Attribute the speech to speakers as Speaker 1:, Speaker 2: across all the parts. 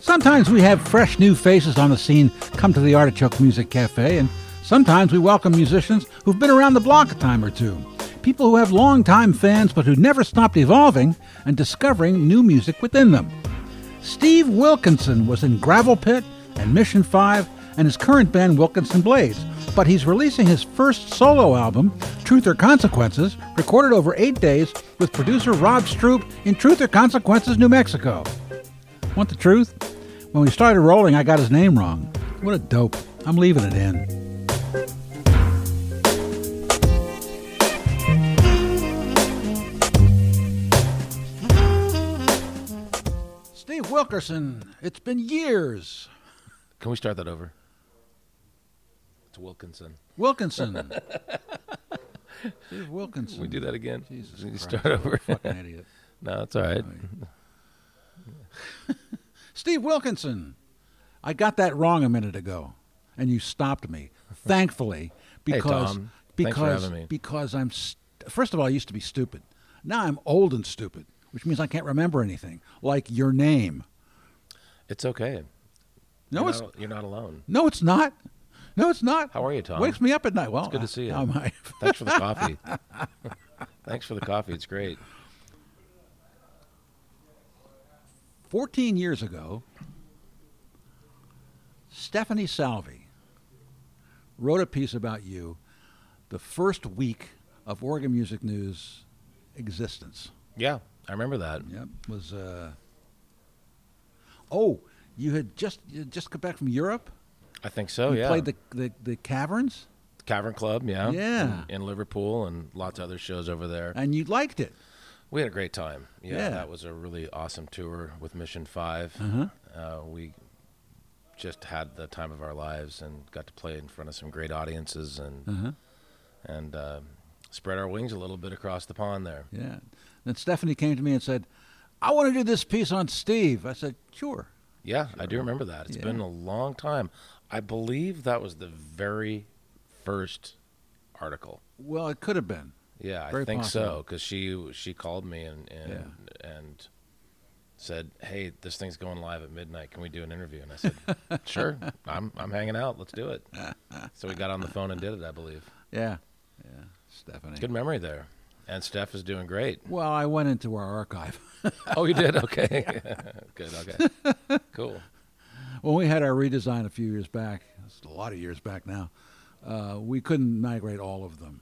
Speaker 1: Sometimes we have fresh new faces on the scene come to the Artichoke Music Cafe, and sometimes we welcome musicians who've been around the block a time or two. People who have longtime fans but who never stopped evolving and discovering new music within them. Steve Wilkinson was in Gravel Pit and Mission 5 and his current band Wilkinson Blades, but he's releasing his first solo album, Truth or Consequences, recorded over eight days with producer Rob Stroop in Truth or Consequences, New Mexico. Want the truth? When we started rolling, I got his name wrong. What a dope. I'm leaving it in. Steve Wilkerson, it's been years.
Speaker 2: Can we start that over? It's Wilkinson.
Speaker 1: Wilkinson. Steve Wilkinson.
Speaker 2: Can we do that again?
Speaker 1: Jesus
Speaker 2: Can we
Speaker 1: Christ.
Speaker 2: start over?
Speaker 1: Fucking idiot.
Speaker 2: no, it's all right.
Speaker 1: Steve Wilkinson. I got that wrong a minute ago, and you stopped me. Thankfully, because
Speaker 2: Tom. Thanks for
Speaker 1: because
Speaker 2: having me.
Speaker 1: because I'm st- first of all, I used to be stupid. Now I'm old and stupid, which means I can't remember anything. Like your name.
Speaker 2: It's okay.
Speaker 1: No,
Speaker 2: you're
Speaker 1: it's
Speaker 2: not, you're not alone.
Speaker 1: no, it's not. No, it's not.
Speaker 2: How are you, Tom?
Speaker 1: Wakes me up at night. Well,
Speaker 2: good to see you.
Speaker 1: How am I?
Speaker 2: Thanks for the coffee. Thanks for the coffee. It's great.
Speaker 1: 14 years ago, Stephanie Salvi wrote a piece about you the first week of Oregon Music News existence.
Speaker 2: Yeah, I remember that.
Speaker 1: Yep, was uh Oh, you had just you had just come back from Europe?
Speaker 2: I think so.
Speaker 1: you
Speaker 2: Oh, yeah,
Speaker 1: played the, the the caverns
Speaker 2: Cavern Club. Yeah,
Speaker 1: Yeah.
Speaker 2: in, in Liverpool and lots of other shows over there.
Speaker 1: and you liked it.
Speaker 2: We had a great time. Yeah,
Speaker 1: Yeah. Uh-huh.
Speaker 2: that was a really awesome tour with Mission 5 Uh, we just had the time of our lives and got to play in front of some great audiences and and uh, spread our wings a little bit across the pond there.
Speaker 1: Yeah. Then Stephanie came to me and said, "I want to do this piece on Steve." I said, "Sure."
Speaker 2: Yeah, I do remember that. It's been
Speaker 1: Yeah.
Speaker 2: a long time. I believe that was the very first article.
Speaker 1: Well, it could have been.
Speaker 2: Yeah, I
Speaker 1: Very
Speaker 2: think so
Speaker 1: possible.
Speaker 2: because she she called me and and, and said, "Hey, this thing's going live at midnight. Can we do an interview?" And I said, "Sure, I'm I'm hanging out. Let's do it." So we got on the phone and did it. I believe
Speaker 1: Yeah. Yeah, Stephanie.
Speaker 2: good memory there, and Steph is doing great.
Speaker 1: Well, I went into our archive.
Speaker 2: Oh, you did okay. good. Okay. Cool.
Speaker 1: when we had our redesign a few years back, it's a lot of years back now, uh, we couldn't migrate all of them.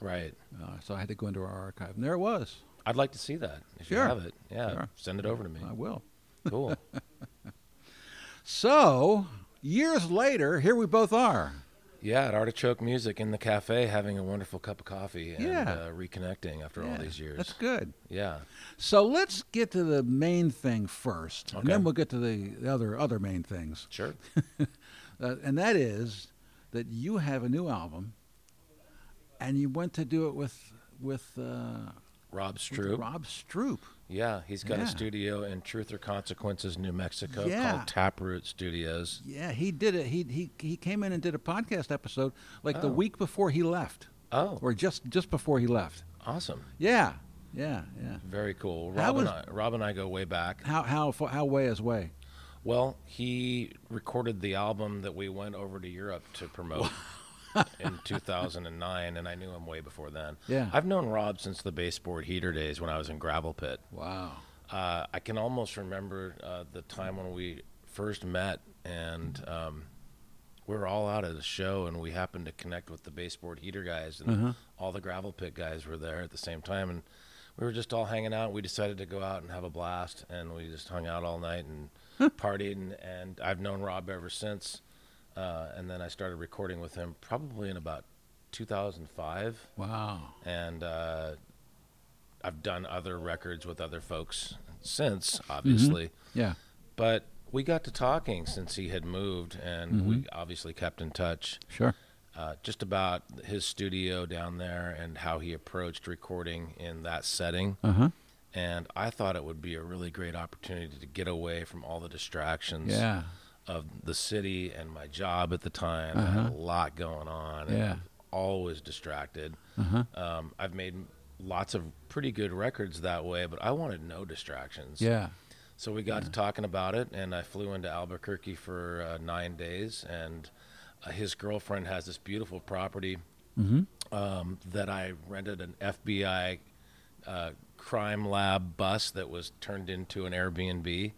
Speaker 2: Right.
Speaker 1: Uh, so I had to go into our archive. And there it was.
Speaker 2: I'd like to see that if you
Speaker 1: Sure.
Speaker 2: have it. Yeah,
Speaker 1: Sure.
Speaker 2: send it over to me.
Speaker 1: I will.
Speaker 2: Cool.
Speaker 1: So, years later, here we both are.
Speaker 2: Yeah, at Artichoke Music in the cafe, having a wonderful cup of coffee and
Speaker 1: Yeah.
Speaker 2: uh, reconnecting after all
Speaker 1: Yeah,
Speaker 2: these years.
Speaker 1: That's good.
Speaker 2: Yeah.
Speaker 1: So let's get to the main thing first, and
Speaker 2: Okay.
Speaker 1: then we'll get to the, the other other main things.
Speaker 2: Sure.
Speaker 1: Uh, and that is that you have a new album, and you went to do it with with, uh,
Speaker 2: Rob
Speaker 1: with
Speaker 2: Stroop.
Speaker 1: Rob Stroop.
Speaker 2: Yeah, he's got
Speaker 1: Yeah.
Speaker 2: a studio in Truth or Consequences, New Mexico
Speaker 1: Yeah.
Speaker 2: called Taproot Studios.
Speaker 1: Yeah, he did it. He he he came in and did a podcast episode like the
Speaker 2: Oh.
Speaker 1: week before he left,
Speaker 2: Oh,
Speaker 1: or just just before he left.
Speaker 2: awesome.
Speaker 1: Yeah, yeah, yeah.
Speaker 2: Very cool.
Speaker 1: How
Speaker 2: Rob, and I,
Speaker 1: was-
Speaker 2: Rob and I go way back.
Speaker 1: How how fa- how way is way?
Speaker 2: Well, he recorded the album that we went over to Europe to promote in 2009, and I knew him way before then.
Speaker 1: Yeah.
Speaker 2: I've known Rob since the baseboard heater days when I was in Gravel Pit.
Speaker 1: Wow.
Speaker 2: Uh, I can almost remember uh, the time when we first met, and um, we were all out at a show, and we happened to connect with the baseboard heater guys, and all the gravel pit guys were there at the same time, and we were just all hanging out. We decided to go out and have a blast, and we just hung out all night and partied, and, and I've known Rob ever since. Uh, and then I started recording with him probably in about 2005
Speaker 1: Wow.
Speaker 2: and uh, I've done other records with other folks since, obviously.
Speaker 1: Yeah.
Speaker 2: But we got to talking since he had moved, and we obviously kept in touch
Speaker 1: Sure.
Speaker 2: uh, just about his studio down there and how he approached recording in that setting.
Speaker 1: Uh huh.
Speaker 2: And I thought it would be a really great opportunity to get away from all the distractions
Speaker 1: Yeah.
Speaker 2: of the city and my job at the time. I had a lot going on. and
Speaker 1: Yeah.
Speaker 2: Always distracted. Um, I've made lots of pretty good records that way, but I wanted no distractions.
Speaker 1: Yeah.
Speaker 2: So we got to talking about it, and I flew into Albuquerque for uh, nine days, and uh, his girlfriend has this beautiful property
Speaker 1: Mm-hmm.
Speaker 2: um, that I rented an FBI uh, crime lab bus that was turned into an Airbnb. It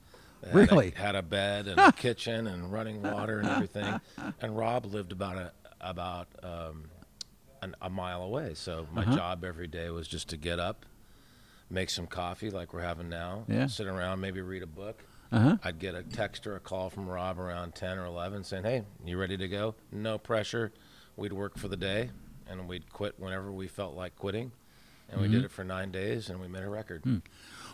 Speaker 2: had a-
Speaker 1: Really?
Speaker 2: had a bed and a kitchen and running water and everything. And Rob lived about a about um, an, a mile away, so my
Speaker 1: Uh-huh.
Speaker 2: job every day was just to get up, make some coffee like we're having now,
Speaker 1: Yeah.
Speaker 2: sit around, maybe read a book.
Speaker 1: Uh-huh.
Speaker 2: I'd get a text or a call from Rob around 10 or 11 saying, Hey, you ready to go? No pressure. We'd work for the day and we'd quit whenever we felt like quitting. And
Speaker 1: Mm-hmm.
Speaker 2: we did it for nine days and we made a record.
Speaker 1: Hmm.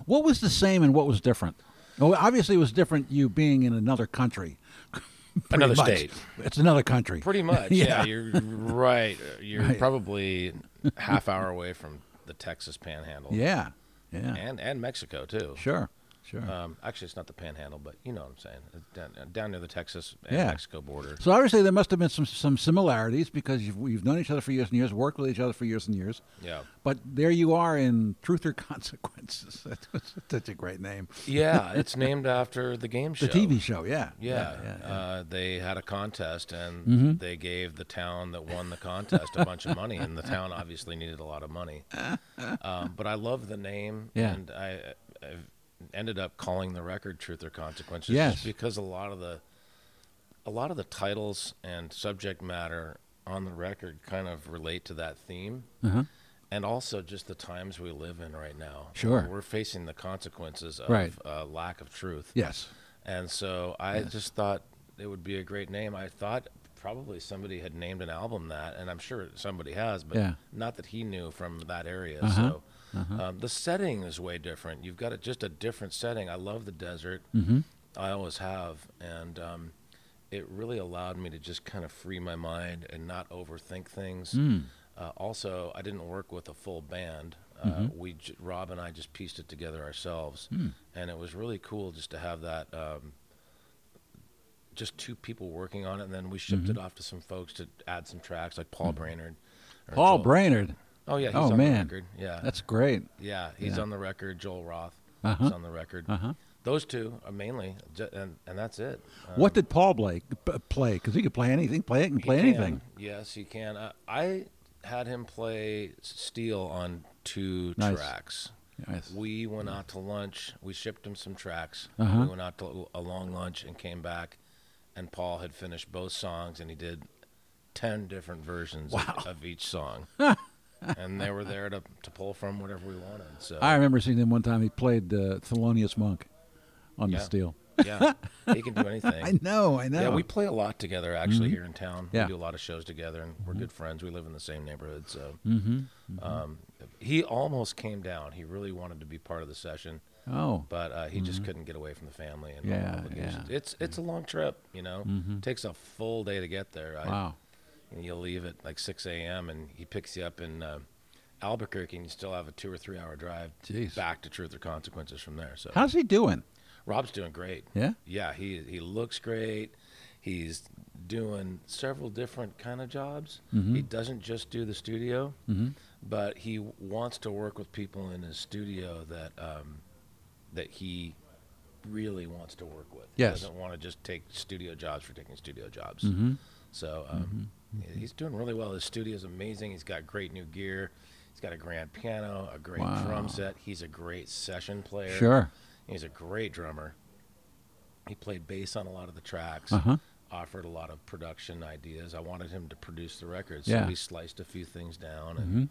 Speaker 1: What was the same and what was different? Well, obviously, it was different you being in another country. pretty
Speaker 2: Another
Speaker 1: much.
Speaker 2: state.
Speaker 1: It's another country.
Speaker 2: Pretty much.
Speaker 1: Yeah.
Speaker 2: yeah. you're right. You're
Speaker 1: Right.
Speaker 2: probably half hour away from the Texas panhandle.
Speaker 1: yeah. Yeah.
Speaker 2: And, and Mexico, too.
Speaker 1: Sure. Sure.
Speaker 2: Um, actually, it's not the panhandle, but you know what I'm saying. It's Down, uh, down near the Texas and
Speaker 1: Yeah.
Speaker 2: Mexico border.
Speaker 1: so obviously there must have been some, some similarities because you've, you've known each other for years and years, worked with each other for years and years.
Speaker 2: Yeah.
Speaker 1: But there you are in Truth or Consequences. That's such a great name.
Speaker 2: Yeah. It's named after the game show.
Speaker 1: The TV show, yeah.
Speaker 2: Yeah,
Speaker 1: yeah, Mm-hmm. yeah.
Speaker 2: Uh, they had a contest, and they gave the town that won the contest a bunch of money, and the town obviously needed a lot of money. Um, but I love the name,
Speaker 1: Yeah.
Speaker 2: and I, I ended up calling the record "Truth or Consequences" just
Speaker 1: Yes.
Speaker 2: because a lot of the a lot of the titles and subject matter on the record kind of relate to that theme.
Speaker 1: Uh-huh.
Speaker 2: And also just the times we live in right now.
Speaker 1: Sure.
Speaker 2: We're facing the consequences of
Speaker 1: Right.
Speaker 2: uh, lack of truth.
Speaker 1: Yes.
Speaker 2: And so I just thought it would be a great name. I thought probably somebody had named an album that, and I'm sure somebody has, but
Speaker 1: Yeah.
Speaker 2: not that he knew from that area.
Speaker 1: Uh-huh.
Speaker 2: So um, the setting is way different. You've got a, just a different setting. I love the desert.
Speaker 1: Mm-hmm.
Speaker 2: I always have. And um, it really allowed me to just kind of free my mind and not overthink things.
Speaker 1: Hmm.
Speaker 2: Uh, also, I didn't work with a full band. Uh,
Speaker 1: Mm-hmm.
Speaker 2: We j- Rob and I just pieced it together ourselves,
Speaker 1: Hmm.
Speaker 2: and it was really cool just to have that. Um, just two people working on it, and then we shipped
Speaker 1: Mm-hmm.
Speaker 2: it off to some folks to add some tracks, like Paul Brainerd.
Speaker 1: Hmm.
Speaker 2: or
Speaker 1: Paul
Speaker 2: Joel-
Speaker 1: Brainerd.
Speaker 2: Oh yeah, he's
Speaker 1: Oh,
Speaker 2: on the
Speaker 1: man.
Speaker 2: record. Yeah,
Speaker 1: That's great.
Speaker 2: yeah, he's
Speaker 1: Yeah.
Speaker 2: on the record. Joel Roth
Speaker 1: Uh-huh.
Speaker 2: is on the record.
Speaker 1: Uh-huh.
Speaker 2: Those two are mainly, ju- and and that's it.
Speaker 1: what did Paul Blake p- play? Because he could play anything. Play it and play
Speaker 2: Uh, He can.
Speaker 1: anything.
Speaker 2: Yes, he can. I, I had him play steel on two
Speaker 1: Nice.
Speaker 2: tracks.
Speaker 1: Yes.
Speaker 2: We went out to lunch. We shipped him some tracks.
Speaker 1: Uh-huh.
Speaker 2: We went out to a long lunch and came back, and Paul had finished both songs, and he did ten different versions of- of, each song. and they were there to, to pull from whatever we wanted. So
Speaker 1: I remember seeing him one time. He played uh, Thelonious Monk on the
Speaker 2: Yeah.
Speaker 1: steel.
Speaker 2: yeah, he can do anything.
Speaker 1: I know. I know.
Speaker 2: Yeah, we play a lot together actually here in town.
Speaker 1: Yeah. Mm-hmm.
Speaker 2: We do a lot of shows together, and we're good friends. We live in the same neighborhood, so Um, he almost came down. He really wanted to be part of the session,
Speaker 1: oh,
Speaker 2: but uh, he just couldn't get away from the family and all the
Speaker 1: Yeah, Mm-hmm.
Speaker 2: obligations. It's it's a long trip, you know. takes a full day to get there. I-
Speaker 1: wow.
Speaker 2: and you leave at like 6 a.m. and he picks you up in uh, Albuquerque, and you still have a two or three hour drive
Speaker 1: Jeez.
Speaker 2: back to Truth or Consequences from there. So
Speaker 1: How's he doing?
Speaker 2: Rob's doing great.
Speaker 1: Yeah.
Speaker 2: Yeah, he he looks great. He's doing several different kind of jobs.
Speaker 1: Mm-hmm.
Speaker 2: He doesn't just do the studio, but he wants to work with people in his studio that um, that he really wants to work with.
Speaker 1: Yes. Mm-hmm.
Speaker 2: He doesn't want to just take studio jobs for taking studio jobs. So um, he's doing really well. His studio is amazing. He's got great new gear. He's got a grand piano, a great
Speaker 1: Wow.
Speaker 2: drum set. He's a great session player.
Speaker 1: Sure.
Speaker 2: He's a great drummer. He played bass on a lot of the tracks,
Speaker 1: Uh-huh.
Speaker 2: offered a lot of production ideas. I wanted him to produce the record, so
Speaker 1: Yeah. Mm-hmm.
Speaker 2: we sliced a few things down and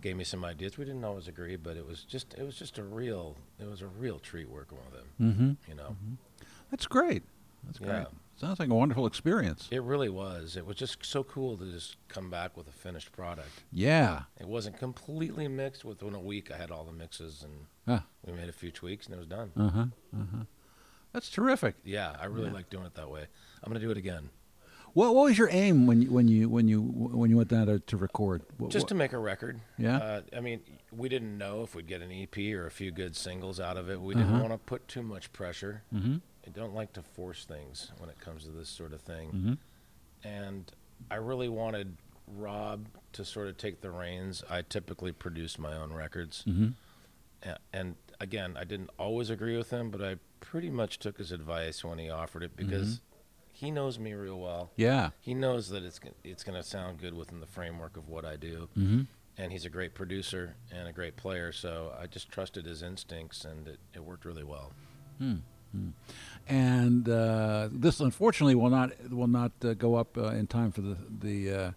Speaker 2: gave me some ideas. We didn't always agree, but it was just it was just a real it was a real treat working with him.
Speaker 1: Mm-hmm.
Speaker 2: You know,
Speaker 1: That's great. That's great.
Speaker 2: Yeah.
Speaker 1: Sounds like a wonderful experience.
Speaker 2: it really was. It was just so cool to just come back with a finished product.
Speaker 1: Yeah.
Speaker 2: It wasn't completely mixed. Within a week, I had all the mixes and
Speaker 1: Huh.
Speaker 2: we made a few tweaks, and it was done.
Speaker 1: Mm. Uh-huh, That's terrific.
Speaker 2: Yeah, I really like doing it that way. I'm gonna do it again.
Speaker 1: What What was your aim when you when you when you when you went down to, to record? What,
Speaker 2: just
Speaker 1: what-
Speaker 2: to make a record.
Speaker 1: Yeah.
Speaker 2: Uh, I mean, we didn't know if we'd get an EP or a few good singles out of it. We didn't want to put too much pressure. Mm-hmm. I don't like to force things when it comes to this sort of thing.
Speaker 1: Mm-hmm,
Speaker 2: And I really wanted Rob to sort of take the reins. I typically
Speaker 1: Mm. mm-hmm.
Speaker 2: produce my own records. A- And again, I didn't always agree with him, but I pretty much took his advice when he offered it because he knows me real well.
Speaker 1: Yeah.
Speaker 2: He knows that it's gon- it's going to sound good within the framework of what I do.
Speaker 1: Mm-hmm.
Speaker 2: And he's a great producer and a great player, so I just trusted his instincts, and it, it worked really well.
Speaker 1: and uh, this unfortunately will not will not uh, go up uh, in time for the the uh,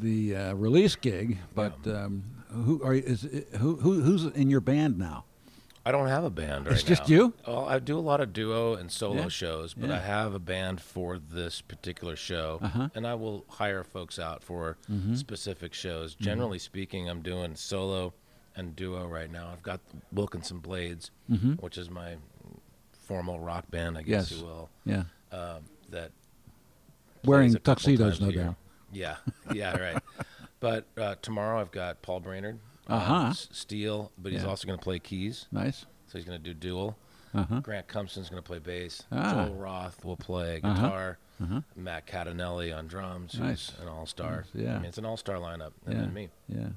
Speaker 1: the uh, release gig. But um, who are is who, who who's in your band now?
Speaker 2: I don't have a band right
Speaker 1: It's just
Speaker 2: now.
Speaker 1: you?
Speaker 2: Well, I do a lot of duo and solo
Speaker 1: Yeah.
Speaker 2: shows, but
Speaker 1: Yeah.
Speaker 2: I have a band for this particular show,
Speaker 1: Uh-huh. Mm-hmm.
Speaker 2: and I will hire folks out for specific shows. Generally speaking, I'm doing solo and duo right now. I've got Wilkinson Blades, which is my formal rock band, I
Speaker 1: Mm-hmm.
Speaker 2: guess
Speaker 1: Yes.
Speaker 2: you will.
Speaker 1: Yeah,
Speaker 2: Um, that
Speaker 1: wearing
Speaker 2: plays a couple
Speaker 1: tuxedos,
Speaker 2: times
Speaker 1: no
Speaker 2: a year.
Speaker 1: doubt.
Speaker 2: Yeah, yeah, right. but uh, tomorrow I've got Paul Brainerd, um,
Speaker 1: Uh-huh.
Speaker 2: S- Steel, but he's
Speaker 1: Yeah.
Speaker 2: also going to play keys,
Speaker 1: Nice.
Speaker 2: so he's going to do dual.
Speaker 1: Uh huh.
Speaker 2: Grant Cumson's going to play bass.
Speaker 1: Ah.
Speaker 2: Joel Roth will play
Speaker 1: Uh-huh.
Speaker 2: guitar. Matt Catanelli on drums. who's
Speaker 1: Nice.
Speaker 2: an all-star.
Speaker 1: Nice, yeah.
Speaker 2: I mean, it's an all-star lineup, and
Speaker 1: Yeah.
Speaker 2: then me,
Speaker 1: Yeah.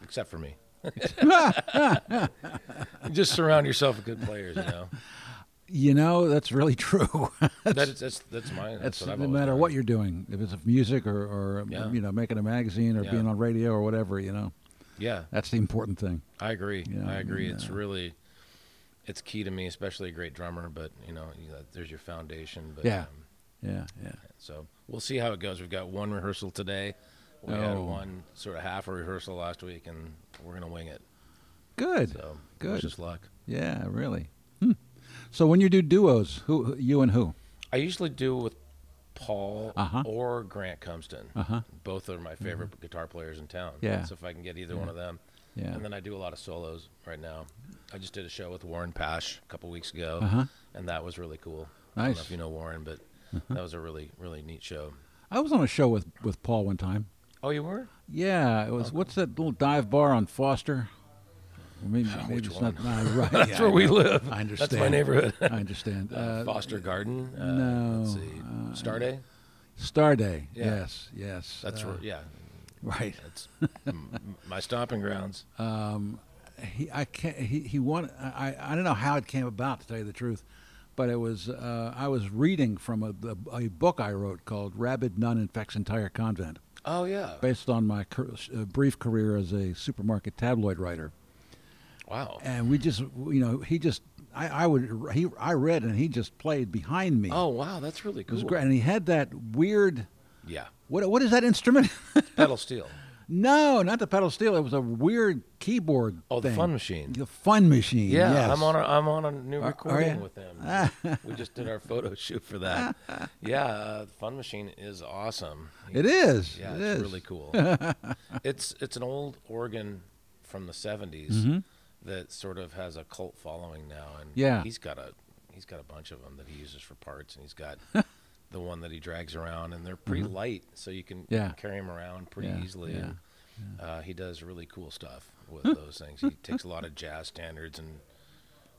Speaker 2: except for me. Just surround yourself with good players. You know,
Speaker 1: You know that's really true.
Speaker 2: that's that's that's my that's,
Speaker 1: That's
Speaker 2: what I've
Speaker 1: no
Speaker 2: always
Speaker 1: matter
Speaker 2: done.
Speaker 1: what you're doing, if it's music or, or
Speaker 2: Yeah.
Speaker 1: you know making a magazine or
Speaker 2: Yeah.
Speaker 1: being on radio or whatever, you know
Speaker 2: Yeah,
Speaker 1: that's the important thing.
Speaker 2: I agree.
Speaker 1: Yeah,
Speaker 2: I
Speaker 1: I
Speaker 2: agree.
Speaker 1: mean,
Speaker 2: it's
Speaker 1: uh,
Speaker 2: really it's key to me, especially a great drummer. But you know, you know, there's your foundation. But
Speaker 1: Yeah.
Speaker 2: um,
Speaker 1: Yeah, yeah.
Speaker 2: So we'll see how it goes. We've got one rehearsal today. We had
Speaker 1: Oh.
Speaker 2: one sort of half a rehearsal last week, and we're gonna wing it.
Speaker 1: Good.
Speaker 2: So
Speaker 1: Good.
Speaker 2: wish us luck.
Speaker 1: Yeah, really. Hmm. So when you do duos, who who- you and who?
Speaker 2: I usually do with Paul
Speaker 1: Uh-huh.
Speaker 2: or Grant Cumston.
Speaker 1: Uh-huh. Mm-hmm.
Speaker 2: Both are my favorite guitar players in town.
Speaker 1: Yeah.
Speaker 2: So if I can get either
Speaker 1: Yeah.
Speaker 2: one of them,
Speaker 1: Yeah.
Speaker 2: and then I do a lot of solos right now. I just did a show with Warren Pash a couple weeks ago,
Speaker 1: Uh-huh.
Speaker 2: and that was really cool. I don't know
Speaker 1: Nice. Uh-huh.
Speaker 2: if you know Warren, but that was a really really neat show.
Speaker 1: I was on a show with with Paul one time.
Speaker 2: Oh, you were?
Speaker 1: Yeah, it was. What's that little dive bar on Foster? Or Maybe, maybe
Speaker 2: Ah, Which
Speaker 1: it's
Speaker 2: one?
Speaker 1: not nah, right.
Speaker 2: That's where we live.
Speaker 1: I understand.
Speaker 2: That's my neighborhood.
Speaker 1: I understand.
Speaker 2: Uh,
Speaker 1: Uh,
Speaker 2: Foster Garden. Uh,
Speaker 1: no,
Speaker 2: Let's see.
Speaker 1: uh,
Speaker 2: Starday.
Speaker 1: Star Day.
Speaker 2: Yeah.
Speaker 1: Yes, yes.
Speaker 2: That's
Speaker 1: uh,
Speaker 2: where- yeah.
Speaker 1: right.
Speaker 2: That's m- my stomping grounds.
Speaker 1: Uh, He, I can't. He, he won. I, I don't know how it came about to tell you the truth, but it was. Uh, I was reading from a, a, a book I wrote called "Rabid Nun Infects Entire Convent."
Speaker 2: Oh yeah.
Speaker 1: based on my car- uh, brief career as a supermarket tabloid writer.
Speaker 2: Wow.
Speaker 1: And we just, you know, he just, I, I would, he, I read and he just played behind me.
Speaker 2: Oh wow, that's really
Speaker 1: it
Speaker 2: cool.
Speaker 1: was great. And he had that weird,
Speaker 2: Yeah.
Speaker 1: what, what is that instrument?
Speaker 2: Pedal steel.
Speaker 1: no, not the pedal steel. It was a weird keyboard.
Speaker 2: Oh, the
Speaker 1: thing.
Speaker 2: fun machine.
Speaker 1: The fun machine.
Speaker 2: Yeah,
Speaker 1: yes.
Speaker 2: I'm on. A, I'm on a new
Speaker 1: are
Speaker 2: recording
Speaker 1: ya?
Speaker 2: with them. we just did our photo shoot for that. Yeah, uh, the fun machine is awesome.
Speaker 1: It is.
Speaker 2: Yeah,
Speaker 1: it is.
Speaker 2: it's really cool. it's it's an old organ from the 70s
Speaker 1: Mm-hmm.
Speaker 2: that sort of has a cult following now, and
Speaker 1: Yeah.
Speaker 2: he's got a he's got a bunch of them that he uses for parts, and he's got the one that he drags around, and they're pretty light, so you can
Speaker 1: Mm-hmm. Yeah.
Speaker 2: carry them around pretty
Speaker 1: Yeah,
Speaker 2: easily.
Speaker 1: yeah,
Speaker 2: And, Uh, he does really cool stuff with those things. He takes a lot of jazz standards and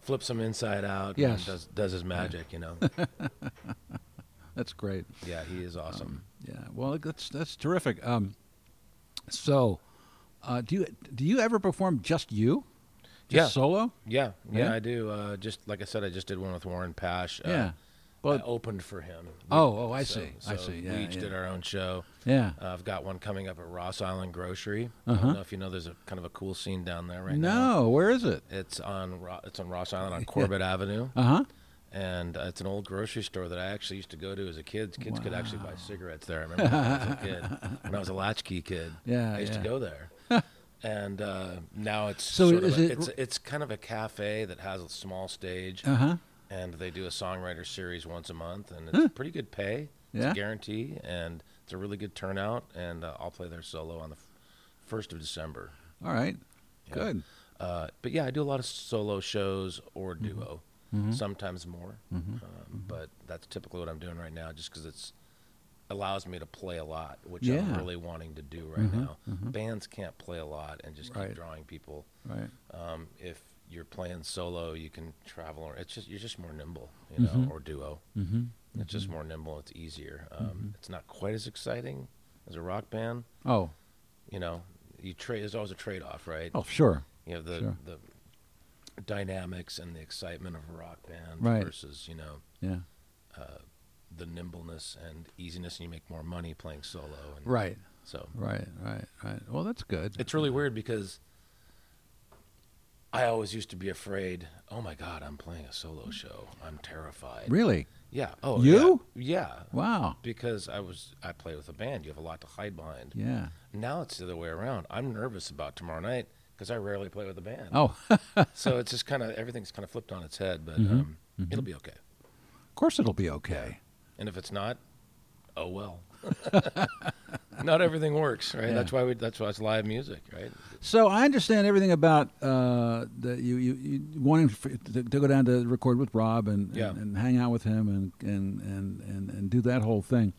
Speaker 2: flips them inside out.
Speaker 1: Yes.
Speaker 2: and does does his magic, you know.
Speaker 1: That's great.
Speaker 2: yeah, he is awesome.
Speaker 1: Yeah. Well, that's, that's terrific. Um, so, uh, do you, do you ever perform just you? Just
Speaker 2: Yeah.
Speaker 1: Solo?
Speaker 2: Yeah, yeah,
Speaker 1: Yeah?
Speaker 2: I do. Uh, just like I said, I just did one with Warren Pash. Uh,
Speaker 1: Yeah.
Speaker 2: I
Speaker 1: Well,
Speaker 2: opened for him.
Speaker 1: Oh, oh, I
Speaker 2: So-
Speaker 1: see. I
Speaker 2: so
Speaker 1: see. Yeah,
Speaker 2: we each
Speaker 1: yeah.
Speaker 2: did our own show.
Speaker 1: yeah.
Speaker 2: Uh, I've got one coming up at Ross Island Grocery. I
Speaker 1: Uh-huh.
Speaker 2: don't know if you know. There's a kind of a cool scene down there right now.
Speaker 1: no, where is it?
Speaker 2: It's on Ro- it's on Ross Island on Corbett Avenue,
Speaker 1: Uh huh.
Speaker 2: and uh, it's an old grocery store that I actually used to go to as a kid. Kids could actually buy cigarettes there. I remember when I was a kid, when I was a latchkey kid.
Speaker 1: Yeah,
Speaker 2: I used
Speaker 1: yeah.
Speaker 2: to go there. And uh, now it's
Speaker 1: So
Speaker 2: sort
Speaker 1: is
Speaker 2: of a,
Speaker 1: it-
Speaker 2: it's it's kind of a cafe that has a small stage
Speaker 1: Uh huh.
Speaker 2: and they do a songwriter series once a month, and it's pretty good pay. It's
Speaker 1: Yeah?
Speaker 2: a guarantee, and it's a really good turnout. And uh, I'll play their solo on the first of December.
Speaker 1: All right.
Speaker 2: Yeah.
Speaker 1: Good.
Speaker 2: Uh, but yeah, I do a lot of solo shows or
Speaker 1: Mm-hmm.
Speaker 2: duo, sometimes more. Um, But that's typically what I'm doing right now, just because it's allows me to play a lot, which I'm
Speaker 1: Yeah. Mm-hmm.
Speaker 2: really wanting to do right now. Bands can't play a lot and just
Speaker 1: Right.
Speaker 2: keep drawing people.
Speaker 1: Right.
Speaker 2: Um, if you're playing solo, you can travel, or it's just you're just more nimble, you know, or duo.
Speaker 1: Mm-hmm.
Speaker 2: It's just more nimble. It's easier. Um, It's not quite as exciting as a rock band.
Speaker 1: Oh.
Speaker 2: You know, you trade. There's always a trade-off, right?
Speaker 1: Oh, sure.
Speaker 2: You know, the
Speaker 1: sure.
Speaker 2: the dynamics and the excitement of a rock band
Speaker 1: Right.
Speaker 2: versus you know
Speaker 1: Yeah.
Speaker 2: the nimbleness and easiness, and you make more money playing solo. And
Speaker 1: Right.
Speaker 2: So
Speaker 1: Right. Right. Right. Well, that's good.
Speaker 2: it's really weird because I always used to be afraid. Oh my God, I'm playing a solo show. I'm terrified.
Speaker 1: really.
Speaker 2: Yeah. Oh,
Speaker 1: You?
Speaker 2: Yeah. yeah.
Speaker 1: Wow.
Speaker 2: Because I was I play with a band. You have a lot to hide behind.
Speaker 1: Yeah.
Speaker 2: Now it's the other way around. I'm nervous about tomorrow night because I rarely play with a band.
Speaker 1: Oh, of
Speaker 2: So it's just kind of everything's kind of flipped on its head. But
Speaker 1: Mm-hmm.
Speaker 2: um, it'll be okay.
Speaker 1: course it'll be okay.
Speaker 2: And if it's not, oh well. not everything works, right?
Speaker 1: Yeah.
Speaker 2: That's why we. That's why it's live music, right?
Speaker 1: So I understand everything about uh, the, you, you, you wanting f- to, to go down to record with Rob and, and,
Speaker 2: Yeah.
Speaker 1: and hang out with him and and, and, and and do that whole thing.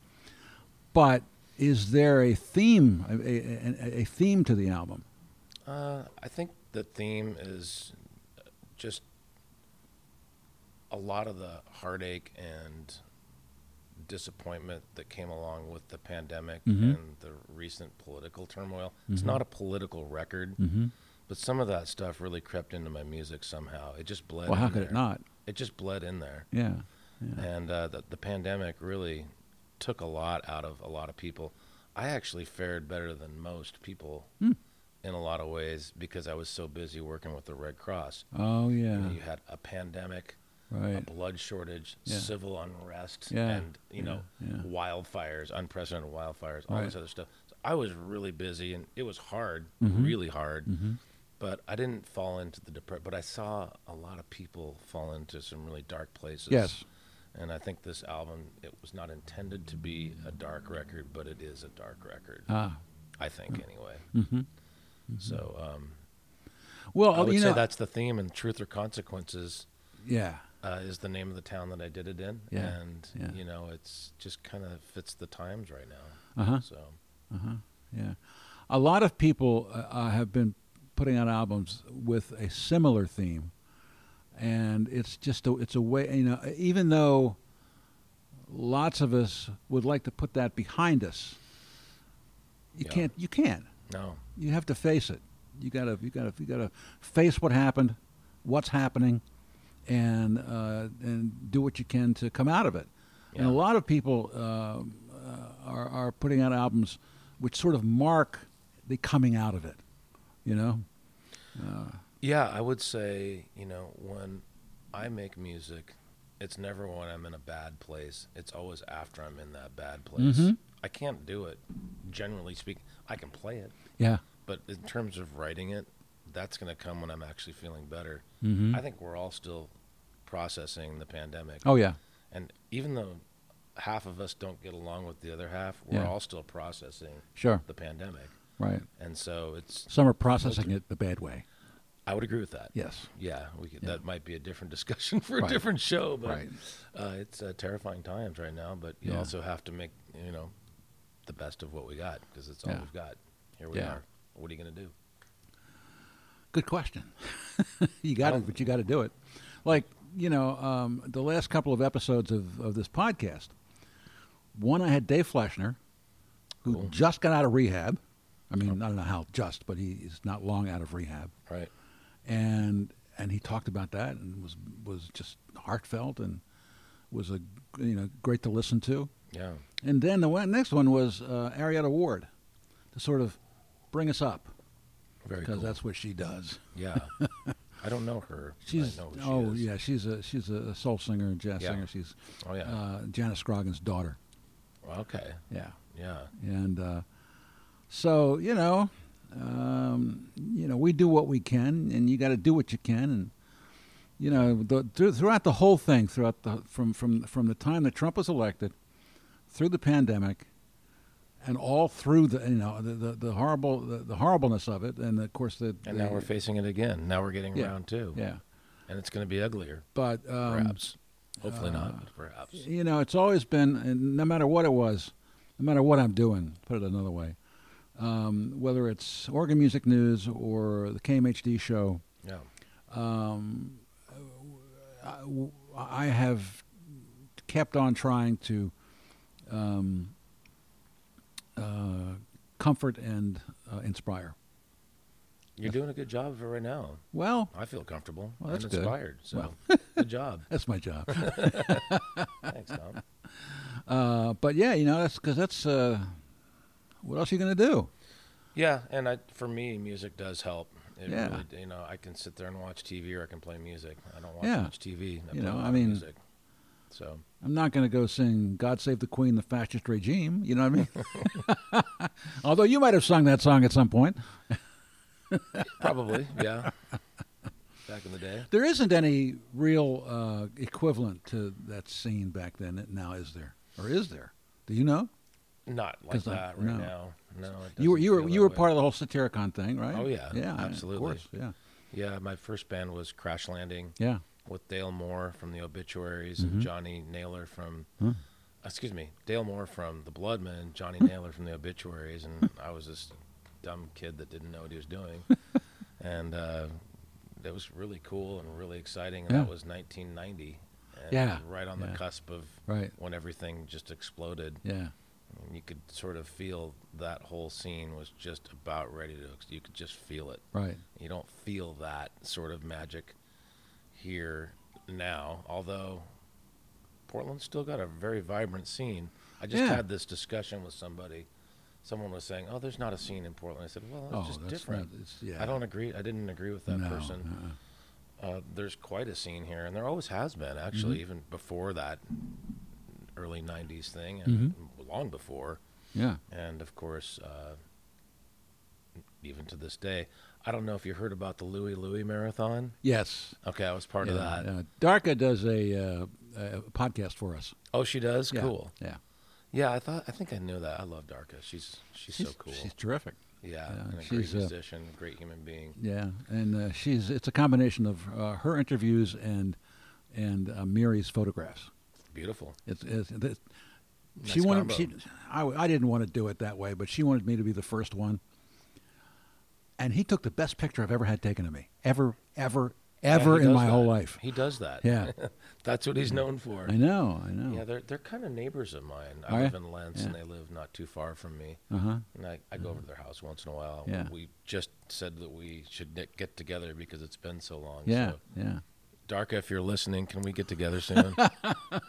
Speaker 1: But is there a theme a, a, a- a theme to the album?
Speaker 2: Uh, I think the theme is uh, just a lot of the heartache and disappointment that came along with the pandemic
Speaker 1: Mhm.
Speaker 2: and the recent political turmoil. It's
Speaker 1: Mm-hmm.
Speaker 2: not a political record,
Speaker 1: Mhm.
Speaker 2: but some of that stuff really crept into my music somehow. It just bled.
Speaker 1: Well, how
Speaker 2: in
Speaker 1: could
Speaker 2: there.
Speaker 1: it not?
Speaker 2: It just bled in there.
Speaker 1: Yeah.
Speaker 2: and uh, the, the pandemic really took a lot out of a lot of people. I actually fared better than most people
Speaker 1: Hmm.
Speaker 2: in a lot of ways because I was so busy working with the Red Cross.
Speaker 1: Oh
Speaker 2: You
Speaker 1: yeah.
Speaker 2: know, You had a pandemic, a
Speaker 1: Right.
Speaker 2: blood shortage,
Speaker 1: Yeah.
Speaker 2: civil unrest,
Speaker 1: Yeah,
Speaker 2: and you know
Speaker 1: yeah.
Speaker 2: wildfires, unprecedented wildfires, all this
Speaker 1: Right.
Speaker 2: other stuff. So I was really busy, and it was hard,
Speaker 1: Mm-hmm.
Speaker 2: really hard. But I didn't fall into the depression. But I saw a lot of people fall into some really dark places.
Speaker 1: Yes.
Speaker 2: And I think this album, it was not intended to be a dark record, but it is a dark record.
Speaker 1: Ah.
Speaker 2: I think, anyway. So um,
Speaker 1: Mm-hmm. Well, uh,
Speaker 2: I would
Speaker 1: you
Speaker 2: say
Speaker 1: know.
Speaker 2: that's the theme, and Truth or Consequences
Speaker 1: yeah.
Speaker 2: uh, is the name of the town that I did it in.
Speaker 1: Yeah,
Speaker 2: And,
Speaker 1: yeah.
Speaker 2: you know, it's just kind of fits the times right now.
Speaker 1: Uh huh.
Speaker 2: So,
Speaker 1: Yeah, a lot of people uh, uh, have been putting out albums with a similar theme, and it's just a, it's a way you know even though lots of us would like to put that behind us, you
Speaker 2: Yeah.
Speaker 1: can't you can't
Speaker 2: no.
Speaker 1: you have to face it. You gotta you gotta you gotta face what happened, what's happening, and uh, and do what you can to come out of it. And a
Speaker 2: Yeah.
Speaker 1: lot of people um, uh, are are putting out albums which sort of mark the coming out of it. You know,
Speaker 2: Yeah, I would say, you know, when I make music, it's never when I'm in a bad place. It's always after I'm in that bad place.
Speaker 1: Mhm.
Speaker 2: I can't do it, generally speaking. I can play it,
Speaker 1: yeah,
Speaker 2: but in terms of writing it, that's going to come when I'm actually feeling better.
Speaker 1: Mhm.
Speaker 2: I think we're all still processing the pandemic.
Speaker 1: oh yeah,
Speaker 2: And even though half of us don't get along with the other half, we're
Speaker 1: Yeah.
Speaker 2: all still processing
Speaker 1: sure,
Speaker 2: the pandemic.
Speaker 1: right.
Speaker 2: And so it's,
Speaker 1: Some are processing it the bad way.
Speaker 2: I would agree with that.
Speaker 1: Yes,
Speaker 2: Yeah, we could,
Speaker 1: Yeah.
Speaker 2: that might be a different discussion for
Speaker 1: Right.
Speaker 2: a different show, but
Speaker 1: Right.
Speaker 2: uh, it's uh, terrifying times right now. But you
Speaker 1: Yeah.
Speaker 2: also have to make you know the best of what we got because it's all
Speaker 1: Yeah.
Speaker 2: we've got. Here we
Speaker 1: Yeah.
Speaker 2: are. What are you gonna do?
Speaker 1: Good question. you got it, but you got to do it. Like you know, um, the last couple of episodes of, of this podcast, one I had Dave Fleshner, who
Speaker 2: Cool.
Speaker 1: just got out of rehab. I mean, I don't know how just, but he is not long out of rehab,
Speaker 2: Right.
Speaker 1: and and he talked about that and was was just heartfelt and was a you know great to listen to.
Speaker 2: Yeah.
Speaker 1: And then the one, next one was uh, Arietta Ward to sort of bring us up
Speaker 2: Very
Speaker 1: because
Speaker 2: cool.
Speaker 1: that's what she does.
Speaker 2: yeah. I don't know her. but
Speaker 1: She's
Speaker 2: I know who she
Speaker 1: oh
Speaker 2: is.
Speaker 1: yeah, she's a she's a soul singer and jazz
Speaker 2: Yeah.
Speaker 1: singer. She's
Speaker 2: Oh yeah.
Speaker 1: uh, Janis Scroggin's daughter.
Speaker 2: okay.
Speaker 1: Yeah,
Speaker 2: Yeah.
Speaker 1: and uh, so you know, um, you know, we do what we can, and you got to do what you can, and you know, the, through, throughout the whole thing, throughout the from from from the time that Trump was elected, through the pandemic, and all through the you know the the, the horrible the, the horribleness of it, and of course the
Speaker 2: And
Speaker 1: the-
Speaker 2: now we're facing it again. Now we're getting
Speaker 1: Yeah.
Speaker 2: round two.
Speaker 1: yeah,
Speaker 2: And it's gonna be uglier,
Speaker 1: but um, uh,
Speaker 2: perhaps. Hopefully not, but perhaps.
Speaker 1: you know, it's always been, and no matter what it was, no matter what I'm doing, put it another way, um, whether it's Oregon Music News or the KMHD show,
Speaker 2: Yeah.
Speaker 1: I have kept on trying to um, uh, comfort and uh, inspire.
Speaker 2: You're doing a good job of it right now.
Speaker 1: Well,
Speaker 2: I feel comfortable.
Speaker 1: Well, that's
Speaker 2: and
Speaker 1: good.
Speaker 2: inspired. So good job.
Speaker 1: that's my job.
Speaker 2: Thanks, Tom.
Speaker 1: uh, but yeah, you know, that's because that's uh, what else are you going to do?
Speaker 2: Yeah, and I, for me, music does help. It
Speaker 1: Yeah.
Speaker 2: really, d- you know, I can sit there and watch TV, or I can play music. I don't watch
Speaker 1: Yeah.
Speaker 2: much TV. I
Speaker 1: You
Speaker 2: play
Speaker 1: know,
Speaker 2: a lot
Speaker 1: I
Speaker 2: of
Speaker 1: mean-
Speaker 2: music. so
Speaker 1: I'm not going to go sing God Save the Queen, the fascist regime. You know what I mean? Although you might have sung that song at some point.
Speaker 2: probably, yeah. Back in the day,
Speaker 1: There isn't any real uh, equivalent to that scene back then now, is there? Or is there? Do you know?
Speaker 2: not
Speaker 1: 'Cause
Speaker 2: like
Speaker 1: I-
Speaker 2: that right
Speaker 1: no.
Speaker 2: now. No, it
Speaker 1: You were
Speaker 2: doesn't
Speaker 1: you were
Speaker 2: feel
Speaker 1: you
Speaker 2: that
Speaker 1: were
Speaker 2: way.
Speaker 1: part of the whole Satyricon thing, right?
Speaker 2: Oh, yeah.
Speaker 1: yeah, I-
Speaker 2: Absolutely.
Speaker 1: Of course, yeah,
Speaker 2: Yeah, my first band was Crash Landing
Speaker 1: yeah.
Speaker 2: with Dale Moore from the Obituaries
Speaker 1: Mm-hmm.
Speaker 2: and Johnny Naylor from. uh, Excuse me, Dale Moore from the Bloodmen, Johnny Naylor from the Obituaries, and I was this dumb kid that didn't know what he was doing, and uh, that was really cool and really exciting. And
Speaker 1: Yeah.
Speaker 2: That was 1990, and
Speaker 1: Yeah,
Speaker 2: right on the
Speaker 1: yeah.
Speaker 2: cusp of
Speaker 1: Right.
Speaker 2: when everything just exploded.
Speaker 1: Yeah.
Speaker 2: And you could sort of feel that whole scene was just about ready to. ex- You could just feel it.
Speaker 1: Right.
Speaker 2: You don't feel that sort of magic here now, although Portland's still got a very vibrant scene. I just
Speaker 1: Yeah.
Speaker 2: had this discussion with somebody. Someone was saying, "Oh, there's not a scene in Portland." I said, "Well, it's
Speaker 1: oh,
Speaker 2: just
Speaker 1: that's
Speaker 2: different."
Speaker 1: Not, it's, yeah.
Speaker 2: I don't agree. I didn't agree with that
Speaker 1: No,
Speaker 2: person.
Speaker 1: uh-uh.
Speaker 2: Uh, there's quite a scene here, and there always has been,
Speaker 1: Mm-hmm.
Speaker 2: actually, even before that early '90s thing, and
Speaker 1: Mm-hmm.
Speaker 2: long before
Speaker 1: Yeah.
Speaker 2: and of course, uh, even to this day, I don't know if you heard about the Louis Louis Marathon.
Speaker 1: Yes.
Speaker 2: Okay, I was part
Speaker 1: yeah,
Speaker 2: of that.
Speaker 1: yeah. Darka does a, uh, a podcast for us.
Speaker 2: Oh, she does.
Speaker 1: Yeah,
Speaker 2: Cool.
Speaker 1: Yeah.
Speaker 2: Yeah, I thought I think I knew that. I love Darka. She's she's, so cool.
Speaker 1: She's terrific.
Speaker 2: yeah,
Speaker 1: yeah,
Speaker 2: and a great
Speaker 1: she's, uh,
Speaker 2: musician, great human being.
Speaker 1: Yeah, and uh, she's it's a combination of uh, her interviews and and uh, Miri's photographs.
Speaker 2: Beautiful.
Speaker 1: It's, it's, it's she
Speaker 2: Nice
Speaker 1: wanted
Speaker 2: combo.
Speaker 1: she I, w- I didn't want to do it that way, but she wanted me to be the first one. And he took the best picture I've ever had taken of me, ever, ever,
Speaker 2: Yeah,
Speaker 1: ever
Speaker 2: he
Speaker 1: in
Speaker 2: does
Speaker 1: my whole
Speaker 2: that.
Speaker 1: life.
Speaker 2: He does that.
Speaker 1: Yeah.
Speaker 2: that's what he's known for.
Speaker 1: I know, I know.
Speaker 2: Yeah, they're they're kind of neighbors of mine. I
Speaker 1: Are
Speaker 2: live
Speaker 1: ya?
Speaker 2: in Lentz, and
Speaker 1: Yeah.
Speaker 2: they live not too far from me.
Speaker 1: Uh huh.
Speaker 2: And I, I go over to their house once in a while.
Speaker 1: Yeah.
Speaker 2: We just said that we should ne- get together because it's been so long.
Speaker 1: Yeah,
Speaker 2: So,
Speaker 1: yeah.
Speaker 2: Darka, if you're listening, can we get together soon?